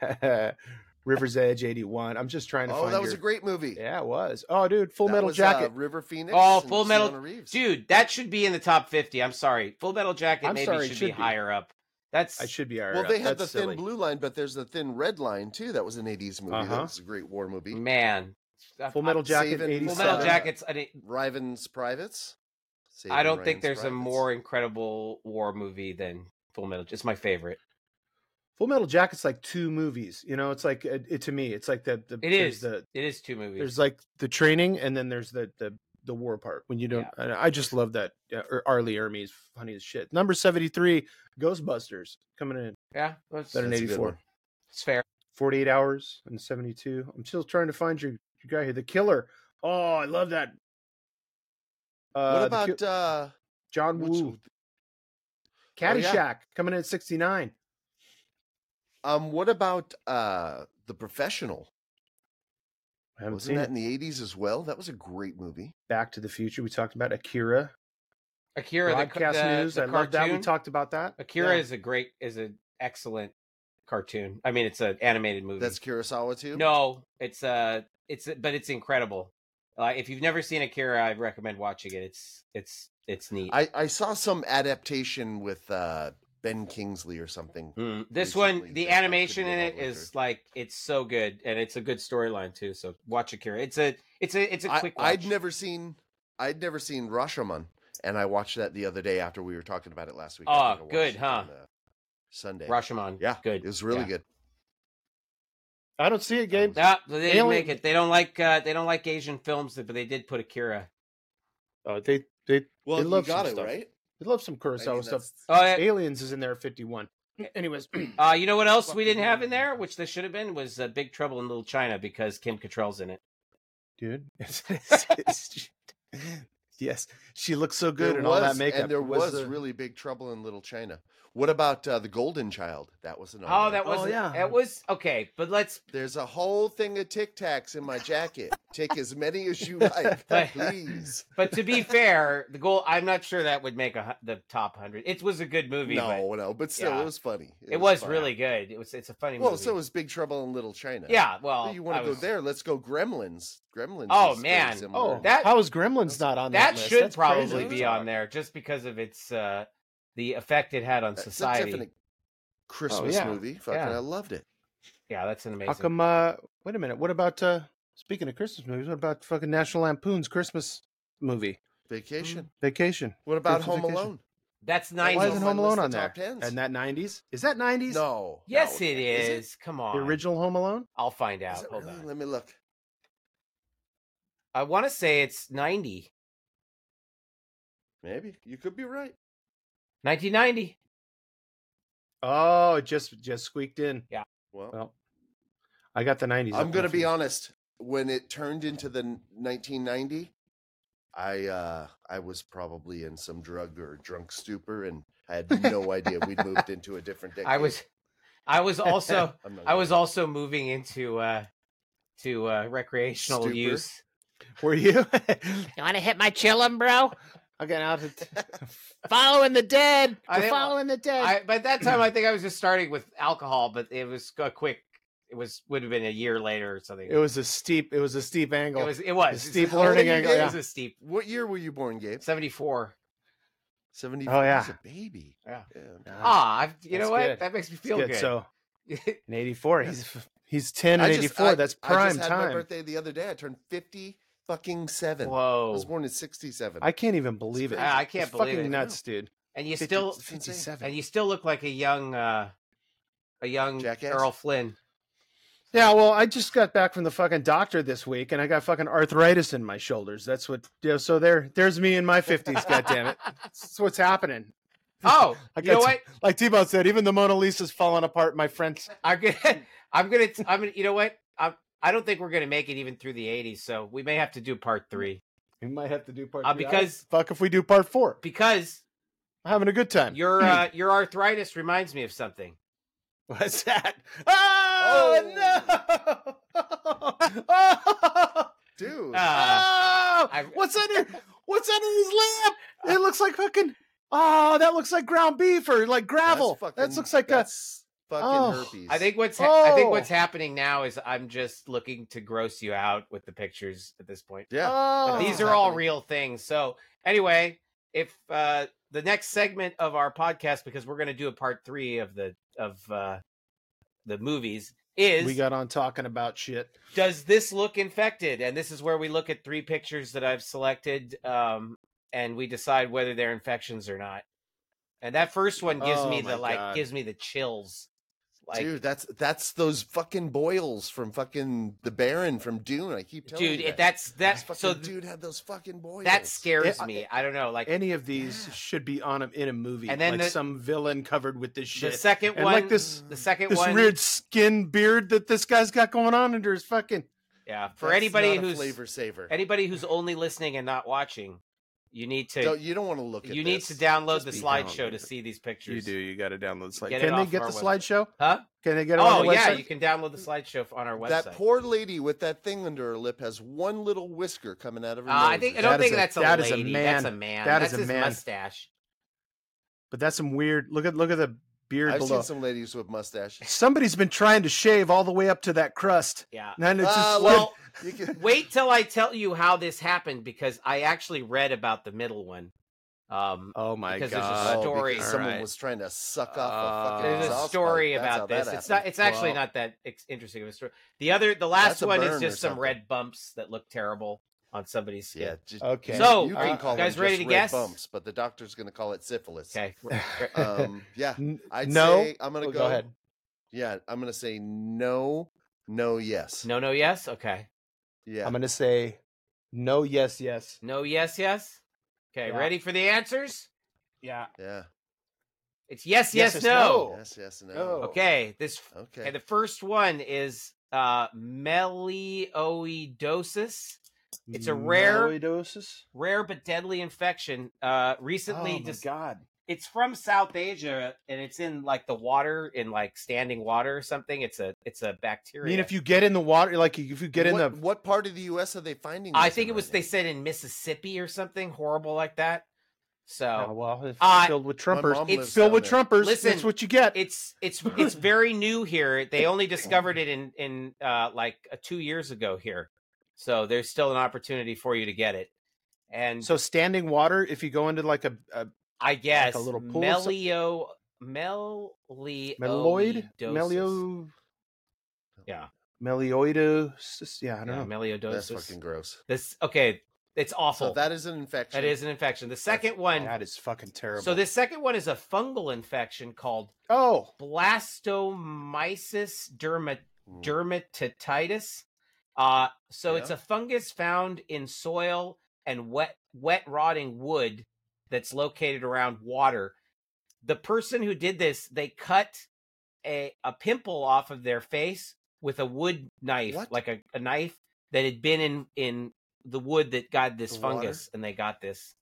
*laughs*
*laughs*
River's Edge 81. I'm just trying to
Oh,
find.
that was
your-
a great movie.
Yeah, it was. Oh, dude, Full
That
Metal
was, uh,
Jacket.
River Phoenix.
Oh,
and
Full Metal-
Keanu Reeves.
Dude, that should be in the top 50. I'm sorry. Full Metal Jacket
I'm
maybe
sorry, it
should,
should
be
be.
higher up. That's
I should be all right.
Well, they had the
That's
thin
silly.
blue line, but there's the thin red line too. That was an '80s movie.
Uh-huh.
That was a great war movie.
man.
Full Metal Jacket
Saving-
eighty
Full
seven.
Metal
Seven.
Jacket's I didn't-
Riven's Privates.
I
Saving
don't think
Ryan's
there's a
Privates.
more incredible war movie than Full Metal. It's my favorite.
Full Metal Jacket's like two movies. You know, it's like it, it- to me, it's like the, the
It
there's
is.
the
It is two movies.
there's like the training, and then there's the the the war part when you don't. and I just love that. Yeah, Ar- Arlie Ermey's funny as shit. Number seventy three, Ghostbusters coming in
yeah, that's,
better than
That's a
eighty
good
four.
one.
that's fair.
48 hours and 72. I'm still trying to find your, your guy here, the killer. Oh, I love that. Uh,
What
the
about
Kill-
uh,
John
which-
Woo?
oh,
Caddyshack
yeah.
coming in at 69.
um? What about uh, the Professional?
I haven't
Wasn't
seen
that
it.
in the '80s as well? That was a great movie.
Back to the Future. We talked about Akira.
Akira the, ca-
Broadcast
the,
news.
the
I love that. We
cartoon.
talked about that.
Akira
Yeah.
is a great is an excellent cartoon. I mean, it's an animated movie.
That's Kurosawa too.
No, it's uh it's but it's incredible. Uh, if you've never seen Akira, I recommend watching it. It's it's it's neat.
I, I saw some adaptation with uh, Ben Kingsley or something.
Mm, This
recently
one, the
that I couldn't
animation
get
in
all
it
the way
is like it's so good, and it's a good storyline too. So watch Akira. It's a it's a it's a
I,
quick. Watch.
I'd never seen I'd never seen Rashomon, and I watched that the other day after we were talking about it last week. I
Oh,
think I watched
good,
it
huh?
on, uh, Sunday.
Rashomon.
Yeah,
good.
It was really
Yeah.
good.
I don't
Oh,
see it, Gabe.
No, they didn't
Alien-
make it. They don't like uh, they don't like Asian films, but they did put Akira.
Oh, they, they,
Well,
They you love some got it, stuff.
right?
they love some Kurosawa stuff.
Oh, yeah,
Aliens is in there at 51. Anyways, *clears throat*
Uh, you know what else we didn't have in there, which there should have been, was uh, Big Trouble in Little China because Kim Cattrall's in it.
dude. *laughs* it's- it's- yes, she looks so good
There
and all that
was-
makeup.
And there
It
was,
the-
really big trouble in Little China. What about uh, the Golden Child? That was an.
Oh,
all-nighter.
that
Oh,
was
yeah.
That was okay, but let's.
There's a whole thing of Tic Tacs in my jacket. Take as many
*laughs*
as you like,
But-
please.
But to be fair, the goal. I'm not sure that would make a, hu- the top hundred. It was a good movie.
No, no, but still,
yeah.
it was funny.
but it was,
fun.
really good. It was. It's a funny
well.
movie.
So was Big Trouble in Little China.
yeah. Well,
you want
I
to go
was-
there? Let's go Gremlins. Gremlins.
Oh,
is very
man.
similar.
Oh,
That-
that how is Gremlins not on that?
That
list?
should
That's
probably
crazy.
be on there just because of its uh, the effect it had on
That's a
society. Oh,
definite Christmas
yeah.
movie. Fucking,
Yeah.
I loved it.
Yeah, that's an amazing.
How come? Uh, wait a minute. What about uh, speaking of Christmas movies? What about fucking National Lampoon's Christmas movie
Vacation.
Mm-hmm.
Vacation?
What about
Christmas
Home
Vacation.
Alone?
That's
That
Why
was
nineties.
isn't
on
Home
my list
Alone
of
on there?
top tens.
And that nineties? Is that nineties?
No.
Yes,
no,
it
is
is. Come on.
the original Home Alone.
I'll find
Is
out.
it
Hold
really?
on.
Let me look.
I want to say it's 90.
Maybe you could be right.
1990.
Oh, it just just squeaked in.
Well,
Well, I got the nineties.
I'm going to be honest. When it turned into the n- 1990, I uh, I was probably in some drug or drunk stupor, and I
*laughs*
had no idea we'd moved into a different decade.
I was I was
*laughs*
also
I'm not
I
gonna-
was also moving into uh to uh recreational
Stupor.
use.
Were you?
You want to hit my chillum, bro?
I got out of.
*laughs* Following the dead.
I
We're
didn't-
following the dead.
I by that time I think I was just starting with alcohol, but it was a quick it was would have been a year later or something.
It was a steep. It was a steep angle.
it was it was
steep
How old
learning
are you
angle,
guys?
yeah.
*laughs* It was a steep
What year were you born, Gabe?
74.
74.
Oh,
I was
yeah.
a baby.
Yeah.
okay.
Ah,
Ah, I've, you
That's
know what?
good.
That makes me
it's
feel good. *laughs*
So in '84, he's he's ten
I
and
just-
'84.
I-
That's
I
prime
just had my
time.
birthday the other day. I turned 50 fucking seven. I was
Whoa.
born in 67.
I can't even believe it.
crazy.
Ah, I can't
It's
believe
fucking
it.
nuts, dude.
And you
50
still
it's insane.
57.
and you still look like a young uh a young
Jackass?
Earl Flynn.
Yeah, well, I just got back from the fucking doctor this week, and I got fucking arthritis in my shoulders. That's what. Yeah, so there, there's me in my fifties. God damn it, that's what's happening.
*laughs* Oh,
*laughs* I
you know
got
what?
Like T-Bone said, even the Mona Lisa's falling apart. My friends.
I'm gonna, *laughs* I'm gonna, t- I'm gonna. You know what? I'm. I don't think we're gonna make it even through the '80s, so we may have to do part three
We might have to do part
Uh,
three. I
because-
don't fuck if we do part four.
because
I'm having a good time. *clears throat*
your uh, your arthritis reminds me of something.
*laughs* What's that? *laughs* Oh, no! Oh,
Dude.
Uh, I-
what's under? What's under his lap? It looks like fucking. Oh, that looks like ground beef or like gravel.
That's fucking-
that looks like a.
that's fucking
Oh.
herpes.
I think what's ha- I think
Oh.
what's happening now is I'm just looking to gross you out with the pictures at this point.
Yeah.
Oh.
But
that's
these
what's
are all
happening.
real things. So anyway, if uh, the next segment of our podcast, because we're gonna do a part three of the of uh, the movies, is
we got on talking about shit.
does this look infected? And this is where we look at three pictures that I've selected, um, and we decide whether they're infections or not. And that first one gives
Oh
me the
my
like
God.
gives me the chills. Like, dude,
dude, that's that's those fucking boils from fucking the Baron from Dune. I keep telling you.
it,
that.
that's
This
that.
fucking
So th-
dude had those fucking boils.
that scares
It-
me. I don't know. Like
Any of these
Yeah.
should be on a, in a movie,
And then
like
the-
some villain covered with this
the
shit.
second
and
one,
like this,
the second
this
one,
weird skin beard that this guy's got going on under his fucking.
yeah. For
That's
anybody
not a
who's
flavor saver.
anybody who's only listening and not watching, you need to
Don't- you don't want to look at
you need
this.
to download
Just
the
be
slideshow
down.
to see these pictures.
You got to download slide.
Get it
Can they
off
get
our
the
website.
slideshow?
Huh?
Can they get it?
Oh
on the
yeah,
website?
you can download the slideshow on our website.
That poor lady with that thing under her lip has one little whisker coming out of her
Uh, I
nose.
think I
That
don't
is
think
a-
that's a
that is a
lady. That's a
man.
man.
That
that's
is a
his
man.
mustache.
But that's some weird. Look at look at the beard
I've
below. *laughs*
seen some ladies with mustaches.
Somebody's been trying to shave all the way up to that crust,
Yeah.
and it's
Ah,
just
Well,
You *laughs* can-
wait till I tell you how this happened because I actually read about the middle one. Um,
oh my
because there's a
god!
Oh,
story. Uh,
because someone
Alright.
was trying to suck off a fucking.
there's a
exhaust
story
pipe. Oh, That's how
about this.
that
It's not.
happened.
It's actually
Well-
not that ex- interesting of a story. The other, the last
That's a
one is
burn or
just some
something.
red bumps that look terrible on somebody's skin.
Yeah. Just,
Okay.
So,
you can
uh,
call
you guys
them
ready
just
to
red
guess?
bumps, but the doctor's going to call it syphilis. *laughs*
Okay. uh,
Um,
*laughs*
yeah.
N-
I'd
no.
say I'm going to
Oh, go ahead.
Yeah, I'm going to say no, no, yes.
No, no, yes. Okay.
Yeah.
I'm gonna say no. Yes. Yes.
No, yes, yes. Okay.
Yeah.
Ready for the answers?
Yeah.
yeah.
It's yes, yes,
Yes, yes,
no.
Oh.
Yes, yes, no.
Oh.
Okay, this
Okay.
okay. The first one is uh melioidosis. It's a rare-
Melioidosis?
rare but deadly infection. Uh, recently,
Oh, my
dis-
God.
it's from South Asia, and it's in like the water, in like standing water or something. It's a it's a
I
bacteria.
mean, if you get in the water, like if you get in
what,
the
what part of the U.S. are they finding?
I
this
think
in
it was
right
they
now?
said in Mississippi or something horrible like that.
Oh,
So
well, if it's
Uh,
filled with
My
Trumpers.
mom
It's
lives
Filled
down
with
there.
Trumpers.
Listen,
that's what you get.
it's
*laughs*
it's it's very new here. They only discovered it in in uh, like uh, two years ago here. So there's still an opportunity for you to get it. And
so standing water, if you go into like a, a
I guess
little pool or something?
melio melio
meloid, melio,
Yeah.
melioidosis. Yeah, I don't
yeah,
know.
That's
melioidosis.
fucking gross.
This okay, it's awful.
So that is an infection.
that is an infection. The second one,
that is fucking terrible.
so this second one is a fungal infection called
oh,
blastomyces derma,
Mm.
dermatitis. Uh, so it's
Yeah.
a fungus found in soil and wet wet rotting wood that's located around water. The person who did this, they cut a, a pimple off of their face with a wood knife,
What?
like a, a knife that had been in in the wood that got this
The water?
fungus, and they got this.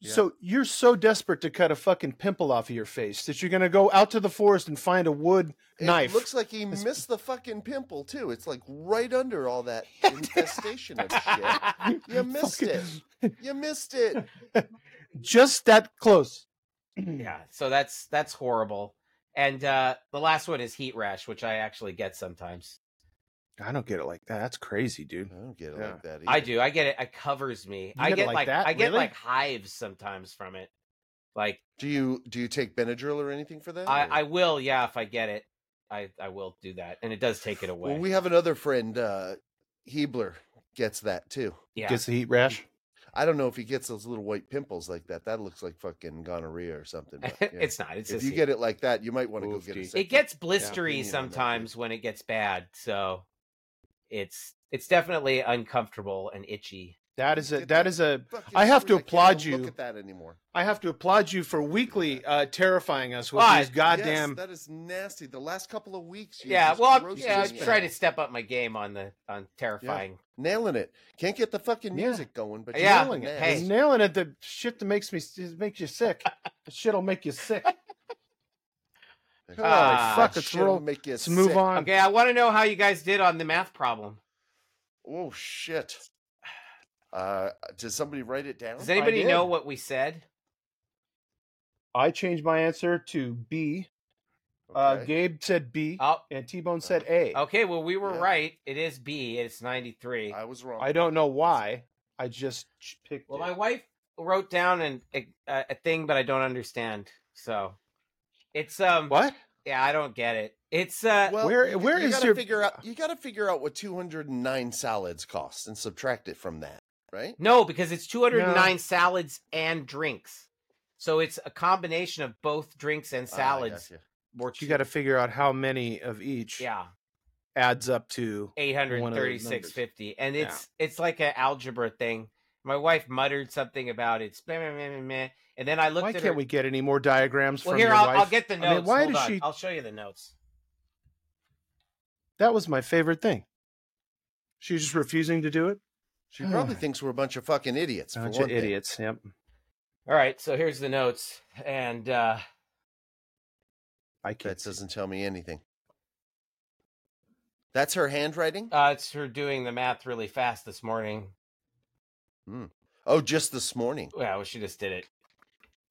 Yeah.
so you're so desperate to cut a fucking pimple off of your face that you're gonna go out to the forest and find a wood
It
knife.
looks like he
It's-
missed the fucking pimple too. It's like right under all that infestation of shit.
*laughs*
You missed
Fucking-
it. You missed it.
Just that close.
*laughs* yeah so that's that's horrible and uh the last one is heat rash which i actually get sometimes
*clears throat* I don't get it like that. That's crazy, dude.
I don't get it
Yeah.
like that. Either.
i do i get it it covers me i
get it
get like,
like that?
i get
Really?
like hives sometimes from it like
Do you do you take Benadryl or anything for that? or-
i i will yeah if i get it i i will do that and it does take it away
Well, we have another friend, uh, Hebler, gets that too.
yeah *laughs*
Gets the heat rash.
I don't know if he gets those little white pimples like that. That looks like fucking gonorrhea or
*laughs*
something. But, yeah.
it's not it's
if
just
you
heat.
get it like that, you might want to go
Oof,
get
dude.
it.
it gets blistery
opinion on that, dude.
sometimes when it gets bad so it's it's definitely uncomfortable and itchy
That is a
Get
that
that
is a I have to applaud you.
Look at that anymore.
I have to applaud you for weekly uh, terrifying us with
Why?
these goddamn.
Yes, that is nasty. The last couple of weeks, you
yeah
just
well I'm-
roasting
yeah, i'm
it.
trying to step up my game on the on terrifying
nailing it. Can't get the fucking
Yeah.
music going, but
Yeah.
you're nailing it.
Hey.
nailing it. The shit that makes me it makes you
*laughs*
sick. the shit'll make you sick.
Holy
Ah,
fuck, let's
shit'll
roll-
Make you
Let's move
sick.
on.
Okay, I want to know how you guys did on the math problem.
Oh shit. Uh, did somebody write it down?
Does anybody know
did.
what we said?
I changed my answer to B. Uh,
Okay.
Gabe said B,
Oh,
and T Bone said A.
okay. Well, we were
Yeah.
right. It is B. It's ninety-three.
I was wrong.
I don't know why. I just ch- picked.
Well,
it.
my wife wrote down an, a, a thing, but I don't understand. So it's um.
what?
Yeah, I don't get it. It's uh.
Well,
Where-
you, g-
where
you
is
gotta
your-
figure out? You got to figure out what 209 salads cost and subtract it from that, right?
no, because it's two hundred and nine salads and drinks. So it's a combination of both drinks and
Ah, I
salads.
gotcha.
or
You
two-
got to figure out how many of each
yeah,
adds up to.
eight hundred
One of those
thirty-six fifty, and
Yeah.
it's it's like an algebra thing. My wife muttered something about it's meh, meh, meh, meh, meh. and then I looked
Why
at
can't
her.
we get any more diagrams
well,
from
here
your
I'll,
wife?
I'll get the
I
notes.
mean, why
Hold
does
on.
she?
I'll show you the notes.
That was my favorite thing. She's just refusing to do it.
She *sighs* probably thinks we're a bunch of fucking idiots. for
Bunch
one
of
thing.
idiots. Yep.
All right, so here's the notes, and uh,
I can't.
That doesn't tell me anything. That's her handwriting.
uh, it's her doing the math really fast this morning.
Oh, just this morning.
Yeah, well, she just did it.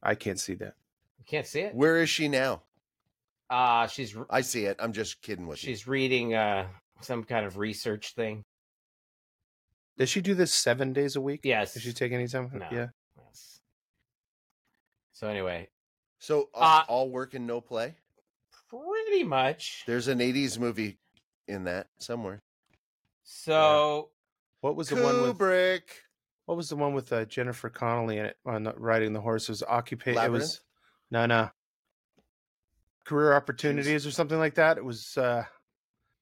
I can't see that.
You can't see it.
Where is she now?
Uh she's r-
I see it. I'm just kidding with
she's reading uh some kind of research thing.
Does she do this seven days a week?
Yes.
Does she take any time?
No.
Yeah.
yes. So anyway,
you. So uh,
Uh,
all work and no play.
pretty much.
There's an 80s movie in that somewhere.
So
What was the one with?
Kubrick.
What was the one with uh, Jennifer Connelly in it on the, riding the horse? It was occupation. It
Labyrinth?
was no, no. Career opportunities or something like that. It was uh,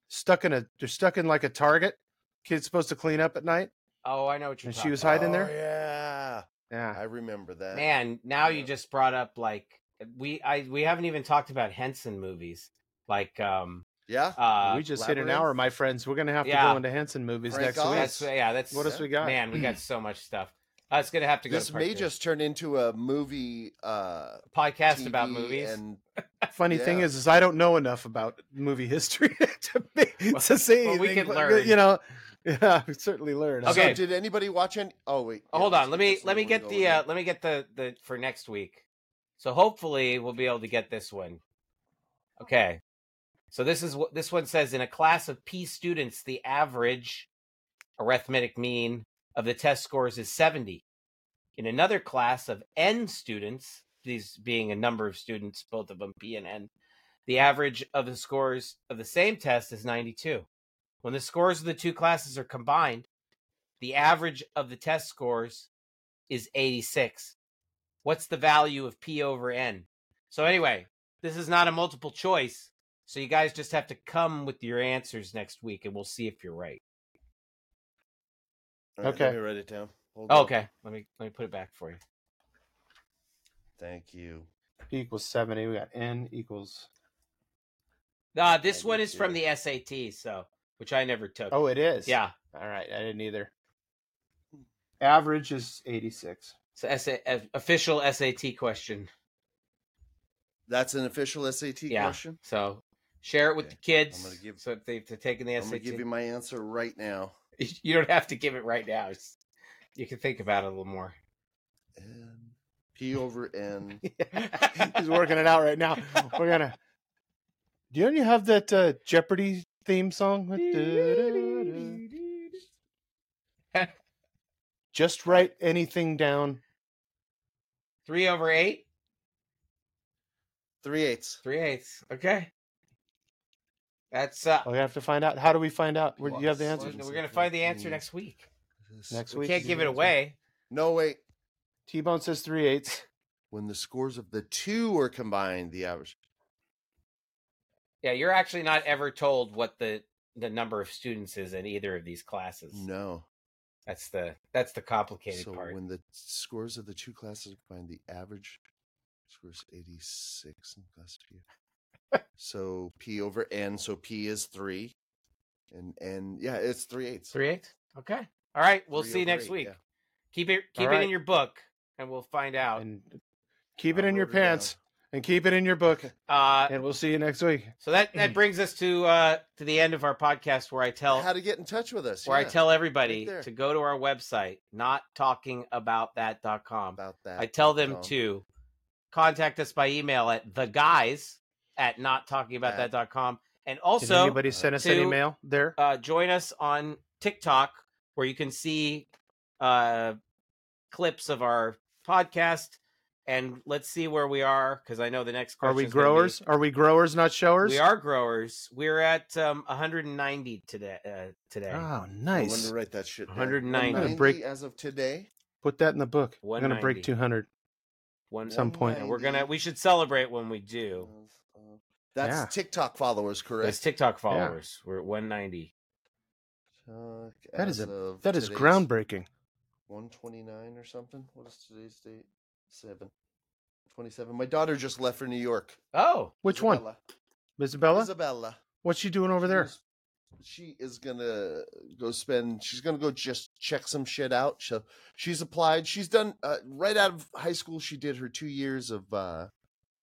stuck in a. They're stuck in like a target. Kid's supposed to clean up at night,
oh, I know what you're
and she
talking
was hiding
Oh,
there.
Yeah,
Yeah.
I remember that.
Man, now you
Yeah.
just brought up like we I we haven't even talked about Henson movies like um
Yeah.
uh
we just hit an hour,
Labyrinth?
my friends. We're gonna have to
Yeah.
go into Henson movies
Frank
next
Oz.
week.
that's yeah that's
What else we got?
man we
*clears throat*
got so much stuff. Uh, it's gonna have to go.
this
to
may
part two.
just turn into a movie uh
podcast about
TV
movies.
and
*laughs* Funny thing
Yeah.
is, is I don't know enough about movie history *laughs* to, be, to say
well, we
anything,
can
but,
learn.
You know, *laughs* yeah, we certainly learn.
Okay.
So did anybody watch any oh wait.
Oh,
yeah,
hold
let's
on. Let me
this
let me
little
get
window
the
in.
uh, let me get the the for next week. So hopefully we'll be able to get this one. Okay. So this is what this one says in a class of P students the average arithmetic mean of the test scores is 70. In another class of N students, these being a number of students both of them P and N, the average of the scores of the same test is 92. When the scores of the two classes are combined the average of the test scores is 86. What's the value of P over N? So, anyway, this is not a multiple choice. So, you guys just have to come with your answers next week and we'll see if you're right.
All right,
Okay.
Let me write it down. Hold
Oh,
on.
okay. Let me let me put it back for you.
Thank you.
P equals seventy. We got N equals.
Uh, this
I
one
do
is from
too.
the SAT, so which I never took.
Oh, it is.
yeah.
All right, I didn't either. Average is eighty-six.
*laughs* So, SA, of- official SAT question.
That's an official SAT
Yeah.
question.
So, share it with
Okay.
the kids.
gonna give-
so, if they've taken the
I'm gonna
SAT,
give you my answer right now.
*laughs* you don't have to give it right now. It's- You can think about it a little more.
N, P over N. *laughs*
He's working it out right now. We're gonna. Do you have that uh, Jeopardy theme song? Just write anything down.
*laughs* Three over eight,
Three eighths.
three eighths. Okay, that's uh.
We have to find out. How do we find out? Where, do you have the
Well,
answer?
We're
answers.
we're gonna find the answer
Mm.
next week.
Next
We
week
can't
is
give
the
it
answer.
away.
No wait.
T Bone says three eighths.
When the scores of the two are combined, the average.
Yeah, you're actually not ever told what the the number of students is in either of these classes.
No.
That's the that's the complicated
So
part.
when the scores of the two classes are combined, the average scores eighty six in class two. so P over N. So P is three, and and yeah, it's three eighths.
Three eighths. Okay. All right. We'll
Three
see you
over
next
eight,
week.
yeah.
Keep it keep it
right.
in your book, and we'll find out.
And keep it
I
in your
wrote it down.
pants and keep it in your book.
uh,
And we'll see you next week.
so that
*clears throat*
that brings us to uh to the end of our podcast, where I tell
How to get in touch with us?
where I
yeah,
tell everybody
there.
to go to our website, nottalkingaboutthat.com.
about that. um,
I tell them
Tom.
to contact us by email at the guys at nottalkingaboutthat.com. And
Did
also
anybody send us any
to-
mail there?
uh, join us on TikTok where you can see uh, clips of our podcast. And let's see where we are because I know the next
Are
question
we growers? Are we growers, not showers?
We are growers. We're at um, 190 today. Uh, today.
Oh,
I'm going
nice.
to write that shit. down.
190. I'm
gonna
190
break-
as of today.
Put that in the book. We're gonna break
190.
200.
One,
Some point.
and we're gonna we should celebrate when we do.
That's
Yeah.
TikTok followers,
That's
correct?
TikTok followers. We're at 190.
TikTok
That is
Uh, as
a-
of
That is
today's
groundbreaking.
129 or something. What is today's date? Seven. 27. My daughter just left for New York.
Oh,
Which one? Isabella?
Isabella.
What's she doing over
She
there?
is- She is gonna go spend. She's gonna go just check some shit out. So she's applied. She's done uh, right out of high school. She did her two years of. uh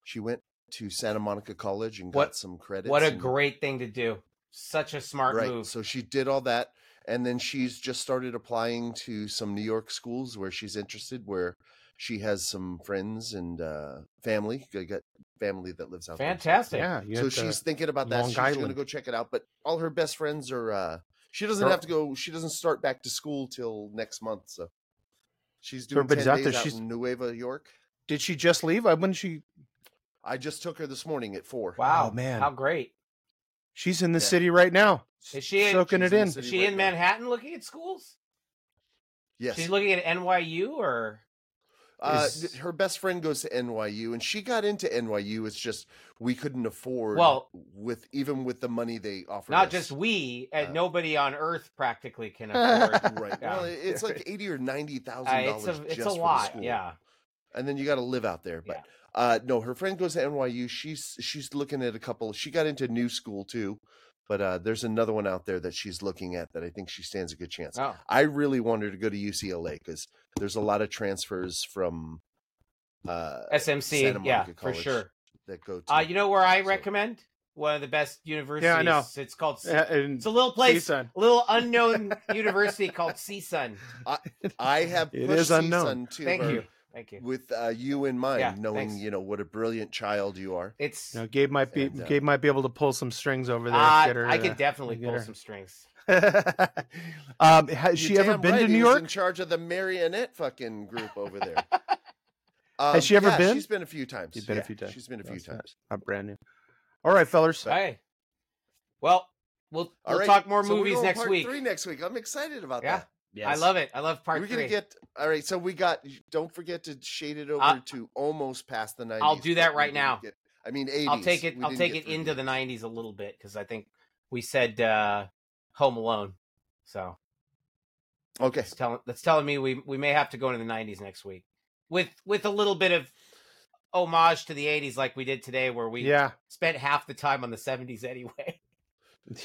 She went to Santa Monica College and
What-
got some credits.
what a
and-
great thing to do. Such a smart
right.
move.
So she did all that, and then she's just started applying to some New York schools where she's interested. Where she has some friends and uh family. I got family that lives out there.
Fantastic.
Yeah. you
so
have to-
she's thinking about that.
Long
she's going to
Island.
go check it out. But all her best friends are. uh She doesn't
Her-
have to go. She doesn't start back to school till next month. So she's doing
but
ten
Zata,
days out
she's-
in Nueva York.
Did she just leave? I wouldn't she?
I just took her this morning at four.
Wow,
Oh, man.
How great.
She's in the
Yeah.
city right now.
Is she in-
soaking
She's in
it
the city.
in?
Is
Pretty
she
right
in
now.
Manhattan looking at schools?
Yes,
She's looking at NYU or
uh,
is-
th- her best friend goes to NYU, and she got into NYU. It's just we couldn't afford.
Well-
with even with the money they offered,
not
us.
just we and
Uh,
nobody on earth practically can afford.
*laughs* right.
Yeah. *laughs*
Well, it's like eighty or ninety thousand
Uh, it's
dollars.
a it's
just
a
for the
lot.
school.
Yeah.
and then you got to live out there. But uh, no, her friend goes to NYU. She's she's looking at a couple. She got into New School too, but uh, there's another one out there that she's looking at that I think she stands a good chance.
Oh,
I really want her to go to UCLA because there's a lot of transfers from uh, Santa
SMC, yeah,
Monica
for
College.
sure.
that go to.
Uh, you know where I
So-
recommend one of the best universities.
know.
It's called.
Yeah, and
It's a little place,
CSUN.
a
*laughs*
little unknown university called CSUN.
I have
It
pushed
is unknown.
CSUN to
Thank
her
you, thank you.
with uh, you in mind,
Yeah,
knowing
thanks.
you know what a brilliant child you are.
It's
No, Gabe might be
And, uh,
Gabe might be able to pull some strings over there.
uh,
get her,
I can
uh,
definitely
get
pull
her.
some strings.
*laughs* um, has
You're
she ever
damn
been
right,
to New
he was
York?
in charge of the marionette fucking group over there.
*laughs*
Um,
she ever
yeah,
been?
She's been a few times.
She's been a
Yeah,
few times.
She's been a
No,
few
it's not-
times.
Not brand new. All right, fellers.
Hey, well, we'll
All
we'll
right,
talk more
so we're
movies
doing
next
part
week.
Three next week. I'm excited about
Yeah,
that.
I love it. I love part
We're
three.
gonna get all right. So we got. Don't forget to shade it over
I'll-
to almost past the 90s.
do that
but we
right
didn't
now.
get- I mean, 80s.
I'll take it.
we
I'll
didn't
take
get
it
through
into the
here.
'90s a little bit because I think we said uh, Home Alone. So
Okay.
that's telling that's telling me we we may have to go into the '90s next week with with a little bit of homage to the '80s, like we did today, where we
Yeah. *laughs*
spent half the time on the '70s *laughs* anyway.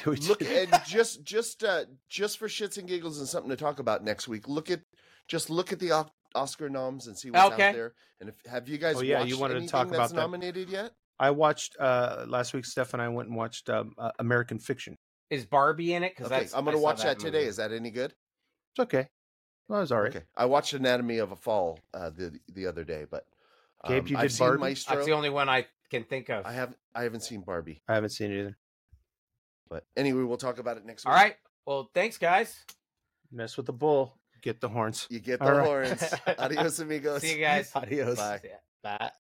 look and just just uh just for shits and giggles and something to talk about next week look at just look at the o- oscar noms and see what's
Okay.
out there and if have you guys
Oh, yeah,
watched
you wanted to
anything
talk
that's
about that.
nominated yet
I watched uh, last week. Steph and I went and watched um, uh, American Fiction.
Is Barbie in it? Because
okay i'm gonna watch that, today is that any good
It's okay. Well, it was all right.
okay i watched anatomy of a fall uh the the other day but um,
Gabe, you
I've
did
seen
Barbie?
Maestro.
That's the only one I can think of.
i haven't i haven't seen barbie
I haven't seen it either.
but anyway we'll talk about it next week
All right. Well, thanks, guys.
Mess with the bull, get the horns.
you get the
*laughs*
All right.
horns *laughs* adios amigos
See you guys.
Adios.
Bye.
Bye.